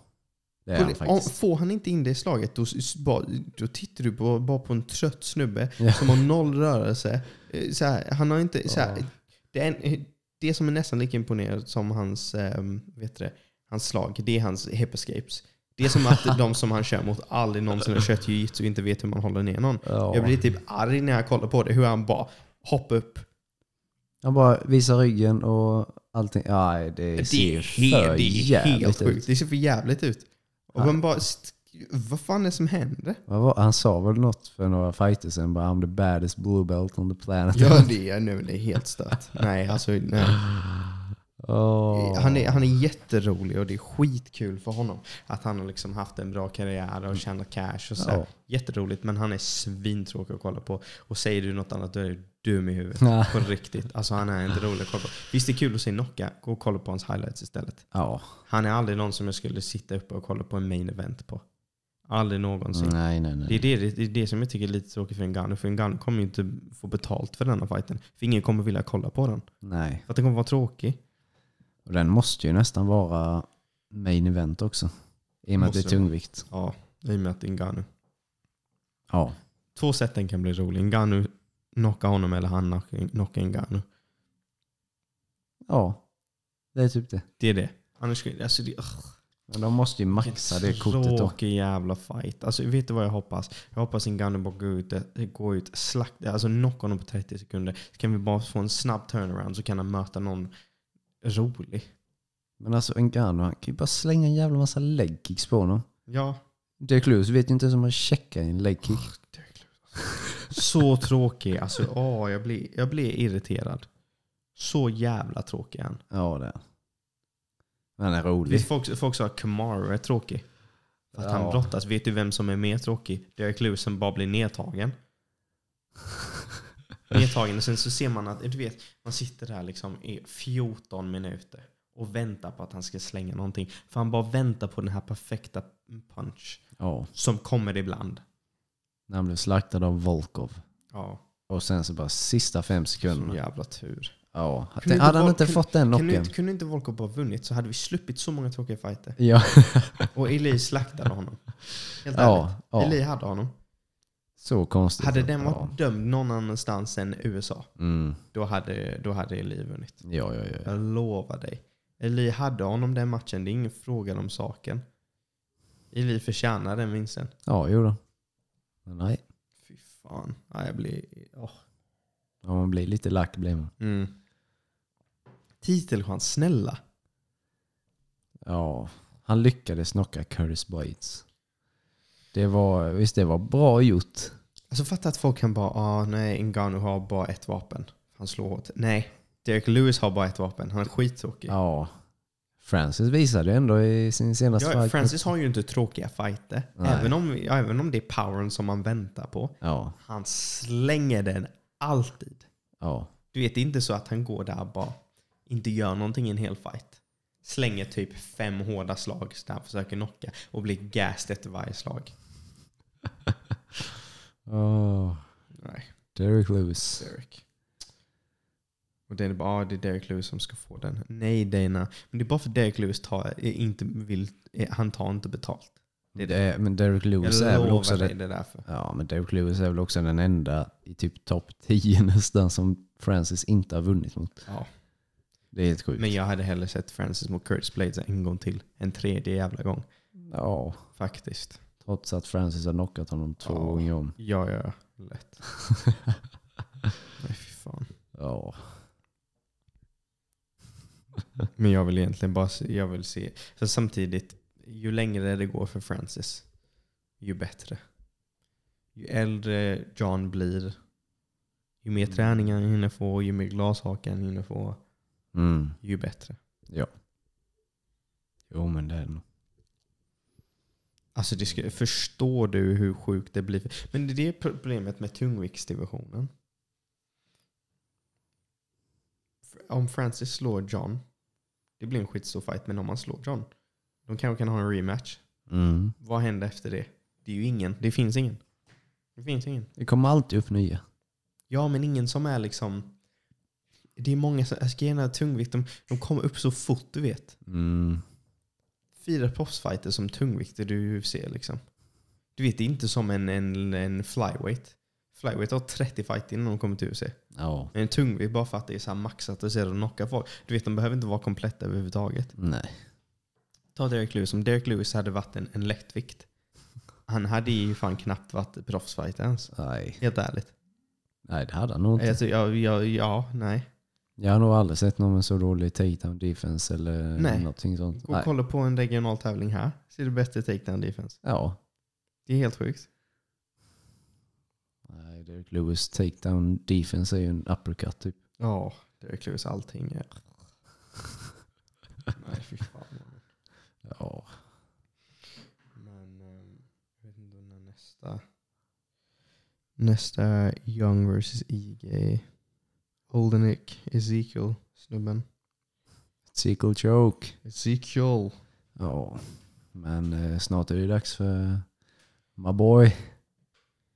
[SPEAKER 2] det är han
[SPEAKER 1] Och det- om,
[SPEAKER 2] faktiskt.
[SPEAKER 1] får han inte in det i slaget då, s- bara, då tittar du på, bara på en trött snubbe
[SPEAKER 2] Ja.
[SPEAKER 1] som har noll rörelse. Eh, Så här, han har inte... Så här,
[SPEAKER 2] Ja.
[SPEAKER 1] det, är en, eh, det som är nästan lika imponerande som hans, ehm, vet du det, hans slag, det är hans hip escapes. Det är som
[SPEAKER 2] [laughs]
[SPEAKER 1] att de som han kör mot aldrig någonsin har kört jiu-jitsu och inte vet hur man håller ner någon.
[SPEAKER 2] Ja.
[SPEAKER 1] Jag blir typ arg när jag kollar på det, hur han bara hoppar upp.
[SPEAKER 2] Han bara visar ryggen och allting. Nej, det ser
[SPEAKER 1] Det
[SPEAKER 2] ju
[SPEAKER 1] är, helt,
[SPEAKER 2] för
[SPEAKER 1] det är helt
[SPEAKER 2] jävligt
[SPEAKER 1] sjukt.
[SPEAKER 2] ut.
[SPEAKER 1] Det ser för jävligt ut. Och
[SPEAKER 2] Ja.
[SPEAKER 1] man bara, st- vad fan är det som händer?
[SPEAKER 2] Vad var, han sa väl något för några fighter sen, bara I'm the baddest blue belt on the planet.
[SPEAKER 1] Ja, det är nu. Det är helt stört. Nej, alltså nej.
[SPEAKER 2] [laughs] Åh.
[SPEAKER 1] Han, är, han är jätterolig och det är skitkul för honom att han har liksom haft en bra karriär och tjänat cash och så.
[SPEAKER 2] Ja.
[SPEAKER 1] Jätteroligt, men han är svintråkig att kolla på. Och säger du något annat då är du dum i huvudet.
[SPEAKER 2] Ja.
[SPEAKER 1] På riktigt. Alltså han är inte rolig att kolla på. Visst det är kul att se Nocka, gå och kolla på hans highlights istället.
[SPEAKER 2] Ja.
[SPEAKER 1] Han är aldrig någon som jag skulle sitta uppe och kolla på en main event på. Aldrig någonsin.
[SPEAKER 2] Nej, nej,
[SPEAKER 1] Det är det,
[SPEAKER 2] nej.
[SPEAKER 1] det är det som jag tycker är lite tråkigt för Ngannou. För Ngannou kommer ju inte få betalt för denna fighten. För ingen kommer vilja kolla på den.
[SPEAKER 2] nej.
[SPEAKER 1] För att den kommer vara tråkig.
[SPEAKER 2] Och den måste ju nästan vara main event också. I och med att det är
[SPEAKER 1] Måste vara.
[SPEAKER 2] tungvikt.
[SPEAKER 1] Ja, i och med att Ngannou.
[SPEAKER 2] Ja.
[SPEAKER 1] Två sätt den kan bli rolig. Ngannou knocka honom eller han knock- knocka Ngannou.
[SPEAKER 2] Ja. Det är typ det.
[SPEAKER 1] Det är det. Annars skulle... Alltså det, ugh,
[SPEAKER 2] Men de måste ju maxa det kortet då.
[SPEAKER 1] tråkig jävla fight. Alltså vet du vad jag hoppas? Jag hoppas Ngannou bara går ut, går ut slakta, alltså knocka honom på 30 sekunder. Så kan vi bara få en snabb turnaround så kan han möta någon rolig.
[SPEAKER 2] Men alltså Ngannou, han kan ju bara slänga en jävla massa legkicks på honom.
[SPEAKER 1] Ja,
[SPEAKER 2] Dirk Lewis vet ju inte ens om han checkar en
[SPEAKER 1] [laughs]
[SPEAKER 2] legkick.
[SPEAKER 1] Så tråkig. Alltså, åh, jag, blir, jag blir irriterad. Så jävla tråkig är han.
[SPEAKER 2] Ja, det är han. Men han är rolig.
[SPEAKER 1] Visst, folk, folk sa att Kamaru är tråkig. För att han
[SPEAKER 2] Ja.
[SPEAKER 1] brottas. Vet du vem som är mer tråkig? Derek Lewis som bara blir
[SPEAKER 2] [laughs]
[SPEAKER 1] nedtagen. nedtagen. Och sen så ser man att, du vet, man sitter där liksom i 14 minuter och väntar på att han ska slänga någonting. För han bara väntar på den här perfekta punch
[SPEAKER 2] Ja,
[SPEAKER 1] som kommer ibland.
[SPEAKER 2] när han blev slaktad av Volkov.
[SPEAKER 1] Ja,
[SPEAKER 2] Och sen så bara sista fem
[SPEAKER 1] sån
[SPEAKER 2] sekunderna.
[SPEAKER 1] jävla tur.
[SPEAKER 2] Ja.
[SPEAKER 1] Kunde inte
[SPEAKER 2] Hade han
[SPEAKER 1] Vol-
[SPEAKER 2] inte
[SPEAKER 1] kun-
[SPEAKER 2] fått den
[SPEAKER 1] Kunde
[SPEAKER 2] knocken?
[SPEAKER 1] inte, kunde inte Volkov bara vunnit så hade vi sluppit så många tråkiga fighter. [laughs]
[SPEAKER 2] Ja.
[SPEAKER 1] Och Eli slaktade honom. Helt ärligt.
[SPEAKER 2] ja,
[SPEAKER 1] Eli
[SPEAKER 2] ja.
[SPEAKER 1] hade honom.
[SPEAKER 2] Så konstigt.
[SPEAKER 1] Hade den varit
[SPEAKER 2] ja.
[SPEAKER 1] dömd någon annanstans än USA,
[SPEAKER 2] Mm.
[SPEAKER 1] då hade, då hade Eli vunnit.
[SPEAKER 2] Ja, ja, ja. ja.
[SPEAKER 1] Jag lovar dig. Eli hade honom den matchen, det är ingen fråga om saken. Eli förtjänar den vinsten.
[SPEAKER 2] Ja, jo då. Men nej.
[SPEAKER 1] Fy fan. Ja, jag blir... åh.
[SPEAKER 2] Om man blir lite lack blir man.
[SPEAKER 1] Mm. Titelchans, snälla.
[SPEAKER 2] Ja. Han lyckades knocka Curtis Blades. Det var, visst det var bra gjort.
[SPEAKER 1] Alltså fatta att folk kan bara, ah, nej, Ngannou har bara ett vapen. Han slår hårt. Nej, Derek Lewis har bara ett vapen. Han är skittråkig.
[SPEAKER 2] Ja. Francis visade ju ändå i sin senaste
[SPEAKER 1] Ja,
[SPEAKER 2] fight.
[SPEAKER 1] Francis har ju inte tråkiga fighter.
[SPEAKER 2] Nej.
[SPEAKER 1] Även om, ja, även om det är powern som man väntar på.
[SPEAKER 2] Ja,
[SPEAKER 1] Han slänger den alltid.
[SPEAKER 2] ja.
[SPEAKER 1] Du vet, det är inte så att han går där och bara inte gör någonting i en hel fight. Slänger typ fem hårda slag där han försöker knocka och blir gassed efter varje slag.
[SPEAKER 2] Oh,
[SPEAKER 1] Nej,
[SPEAKER 2] Derek Lewis.
[SPEAKER 1] Derek. Och det är bara, ah, det är Derek Lewis som ska få den. Nej Dana. Men det är bara för Derek Lewis tar, är inte vill, är, han tar inte betalt. Det är det.
[SPEAKER 2] Eh, Men Derek Lewis
[SPEAKER 1] Jag
[SPEAKER 2] är väl
[SPEAKER 1] lovar
[SPEAKER 2] också
[SPEAKER 1] dig
[SPEAKER 2] det.
[SPEAKER 1] det är därför.
[SPEAKER 2] Ja, men Derek Lewis är väl också den enda i typ topp 10 [laughs] nästan som Francis inte har vunnit mot.
[SPEAKER 1] Ja.
[SPEAKER 2] Det är helt sjukt.
[SPEAKER 1] Men jag hade hellre sett Francis mot Curtis Blades en gång till. En tredje jävla gång.
[SPEAKER 2] Ja,
[SPEAKER 1] Faktiskt.
[SPEAKER 2] trots att Francis har knockat honom två
[SPEAKER 1] Ja.
[SPEAKER 2] gånger om.
[SPEAKER 1] Ja, ja, ja. lätt. Nej, fy fan.
[SPEAKER 2] Ja,
[SPEAKER 1] Men jag vill egentligen bara se, jag vill se. För samtidigt, ju längre det går för Francis, ju bättre. Ju äldre John blir, ju mer träning han hinner få, ju mer glashaka han hinner få,
[SPEAKER 2] mm.
[SPEAKER 1] ju bättre.
[SPEAKER 2] jo men det är det nog.
[SPEAKER 1] Alltså det ska, förstår du hur sjukt det blir? Men det är det problemet med tungviktsdivisionen. F- Om Francis slår John, det blir en skitstor fight. Men om han slår John, de kanske kan ha en rematch.
[SPEAKER 2] Mm.
[SPEAKER 1] Vad händer efter det? Det är ju ingen. Det finns ingen. Det finns ingen.
[SPEAKER 2] Det kommer alltid upp nya.
[SPEAKER 1] Ja, men ingen som är liksom... Det är många som... alltså, grejen är att tungvikt, de, de kommer upp så fort du vet.
[SPEAKER 2] Mm.
[SPEAKER 1] fyra proffsfighter som tungvikter du ser liksom. Du vet, det är inte som en, en, en flyweight. Flyweight har 30 fighter innan de kommer till UFC.
[SPEAKER 2] Ja,
[SPEAKER 1] Men en tungvikt bara för att det är så här maxat och ser och knocka folk. Du vet, de behöver inte vara kompletta överhuvudtaget.
[SPEAKER 2] nej.
[SPEAKER 1] Ta Derek Lewis. Om Derek Lewis hade varit en, en lättvikt. Han hade ju fan knappt varit proffsfighter ens.
[SPEAKER 2] Nej.
[SPEAKER 1] Helt ärligt.
[SPEAKER 2] nej, det hade han nog inte.
[SPEAKER 1] Alltså, ja, ja, ja, nej.
[SPEAKER 2] Jag har nog aldrig sett någon med så dålig takedown defense eller
[SPEAKER 1] Nej.
[SPEAKER 2] någonting sånt.
[SPEAKER 1] Gå och
[SPEAKER 2] Nej.
[SPEAKER 1] kolla på en regional tävling här. Ser du bättre takedown defense?
[SPEAKER 2] Ja.
[SPEAKER 1] Det är helt sjukt.
[SPEAKER 2] Nej, Derek Lewis takedown defense är ju en uppercut typ.
[SPEAKER 1] Ja, Derek Lewis allting. är- Nej, fy fan.
[SPEAKER 2] Ja.
[SPEAKER 1] Men ehm, jag vet inte när nästa. Nästa Young vs IG. Holdenick, Ezekiel, snubben.
[SPEAKER 2] Sequel choke.
[SPEAKER 1] Ezekiel.
[SPEAKER 2] Ja. Men eh, snart är det dags för my boy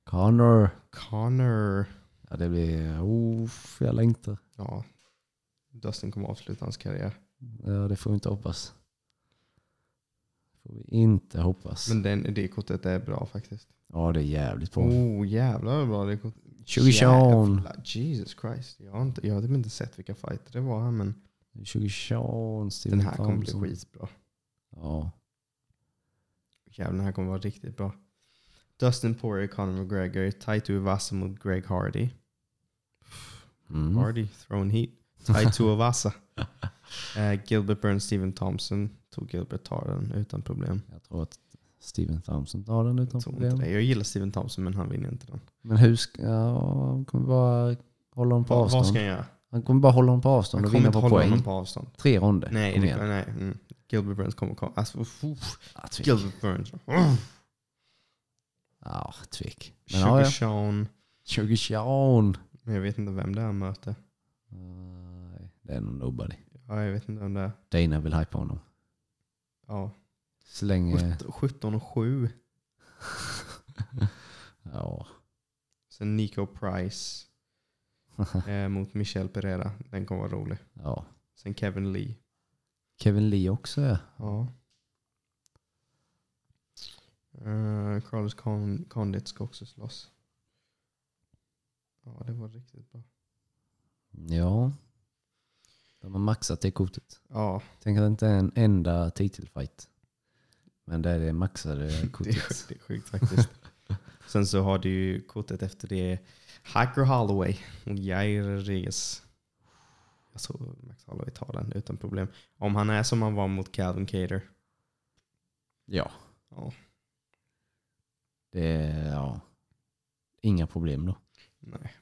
[SPEAKER 2] Connor.
[SPEAKER 1] Connor.
[SPEAKER 2] Ja, det blir... Uff, jag längtar.
[SPEAKER 1] Ja. Dustin kommer avsluta hans karriär.
[SPEAKER 2] Ja, det får vi inte hoppas. får vi inte hoppas.
[SPEAKER 1] Men den, det kortet är bra faktiskt.
[SPEAKER 2] ja, det är jävligt bra.
[SPEAKER 1] Oh jävlar vad bra det kortet.
[SPEAKER 2] Sugar Sean.
[SPEAKER 1] Jävlar, Jesus Christ. Jag har, inte, jag har typ inte sett vilka fighter det var här men
[SPEAKER 2] 20 chans.
[SPEAKER 1] den här kommer bli skitbra.
[SPEAKER 2] Ja.
[SPEAKER 1] Jävlar, den här kommer vara riktigt bra. Dustin Poirier, Conor McGregor, Taito Uvasa mot Greg Hardy.
[SPEAKER 2] Mm.
[SPEAKER 1] Hardy, thrown heat.
[SPEAKER 2] [laughs]
[SPEAKER 1] Taito Uvasa. Eh, Gilbert Burns, Steven Thompson. Tog Gilbert tar den utan problem.
[SPEAKER 2] Jag tror att Steven Thompson tar den utan
[SPEAKER 1] Jag, tror inte
[SPEAKER 2] problem.
[SPEAKER 1] det. jag gillar Steven Thompson men han vinner inte den.
[SPEAKER 2] Men hur ska... Ja, han kommer bara hålla honom på
[SPEAKER 1] Vad-
[SPEAKER 2] avstånd.
[SPEAKER 1] Vad ska han göra?
[SPEAKER 2] Han kommer bara hålla honom på
[SPEAKER 1] Han
[SPEAKER 2] avstånd och
[SPEAKER 1] kommer
[SPEAKER 2] vinna
[SPEAKER 1] inte
[SPEAKER 2] på
[SPEAKER 1] hålla
[SPEAKER 2] poäng.
[SPEAKER 1] honom på avstånd.
[SPEAKER 2] Tre ronder.
[SPEAKER 1] Nej,
[SPEAKER 2] Kom
[SPEAKER 1] det,
[SPEAKER 2] igen.
[SPEAKER 1] nej. Mm. Gilbert Burns kommer komma. Alltså, uff, uff.
[SPEAKER 2] Ja, tvek.
[SPEAKER 1] Gilbert Burns.
[SPEAKER 2] Ja, tvek. Men
[SPEAKER 1] Sugar
[SPEAKER 2] ja, ja.
[SPEAKER 1] Sean.
[SPEAKER 2] Sugar Sean.
[SPEAKER 1] Men jag vet inte vem det är han möter.
[SPEAKER 2] Nej, Det är nog nobody.
[SPEAKER 1] Ja, jag vet inte vem det är.
[SPEAKER 2] Dana vill hypa honom.
[SPEAKER 1] Ja.
[SPEAKER 2] Så länge...
[SPEAKER 1] 17 och 7.
[SPEAKER 2] ja.
[SPEAKER 1] Sen Nico Price eh, mot Michel Pereira. Den kommer vara rolig.
[SPEAKER 2] ja.
[SPEAKER 1] Sen Kevin Lee.
[SPEAKER 2] Kevin Lee också ja.
[SPEAKER 1] Ja. Eh, Carlos Con- Condit ska också slåss. Ja, det var riktigt bra.
[SPEAKER 2] Ja. De har maxat det kortet.
[SPEAKER 1] Ja,
[SPEAKER 2] Tänk att det inte är en enda titelfight. Men det är det
[SPEAKER 1] [laughs]
[SPEAKER 2] maxade
[SPEAKER 1] det är,
[SPEAKER 2] kortet.
[SPEAKER 1] sjukt- det är sjukt faktiskt. Sen så har du ju kortet efter det. Hacker Holloway och Jair Reyes. Jag såg Max Holloway ta den utan problem. Om han är som han var mot Calvin Cater.
[SPEAKER 2] ja.
[SPEAKER 1] Ja.
[SPEAKER 2] Det är... Ja. Inga problem då.
[SPEAKER 1] Nej.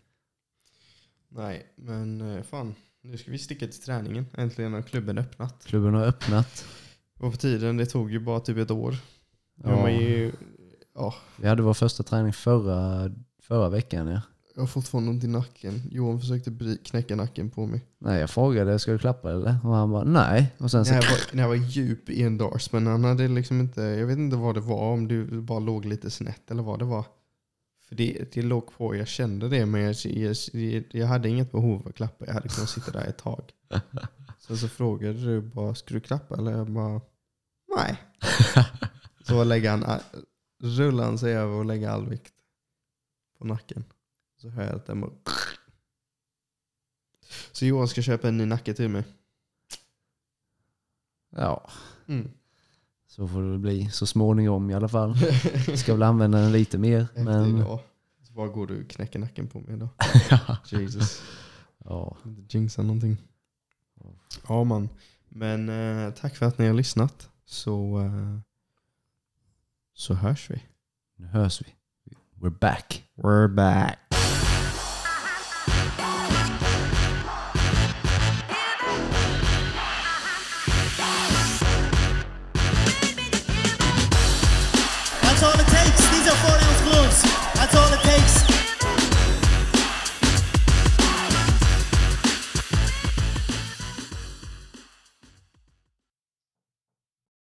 [SPEAKER 1] Nej, men eh, fan. Nu ska vi sticka till träningen. Äntligen har klubben öppnat.
[SPEAKER 2] Klubben har öppnat.
[SPEAKER 1] Och på tiden, det tog ju bara typ ett år. Nu har
[SPEAKER 2] Ja,
[SPEAKER 1] man ju,
[SPEAKER 2] vi hade vår första träning förra, förra veckan. Ja.
[SPEAKER 1] jag har fortfarande ont i nacken. Johan försökte bry, knäcka nacken på mig.
[SPEAKER 2] Nej, jag frågade ska du klappa eller? Och han bara nej. Och sen
[SPEAKER 1] Det
[SPEAKER 2] så,
[SPEAKER 1] här var, det här var djup i en dars, men han hade liksom inte, jag vet inte vad det var, om du bara låg lite snett eller vad det var. För det, det låg på, jag kände det, men jag, jag, jag hade inget behov av att klappa. Jag hade kunnat sitta där ett [laughs] tag. Sen så frågade du bara, ska du klappa? Eller jag bara, nej. Så lägger han, äh, rullar han sig över och lägger all vikt på nacken. Så hör jag att den bara... Så Johan ska köpa en ny nacke till mig.
[SPEAKER 2] [laughs] ja,
[SPEAKER 1] [laughs]
[SPEAKER 2] så får det bli så småningom i alla fall. Jag ska väl använda den lite mer.
[SPEAKER 1] Efter
[SPEAKER 2] Men,
[SPEAKER 1] idag. Så bara går du och knäcker nacken på mig idag. Jesus.
[SPEAKER 2] [laughs] ja,
[SPEAKER 1] Inte jinxa någonting. Ja man. Men eh, tack för att ni har lyssnat. Så, eh, så hörs vi.
[SPEAKER 2] nu hörs vi. We're back.
[SPEAKER 1] We're back.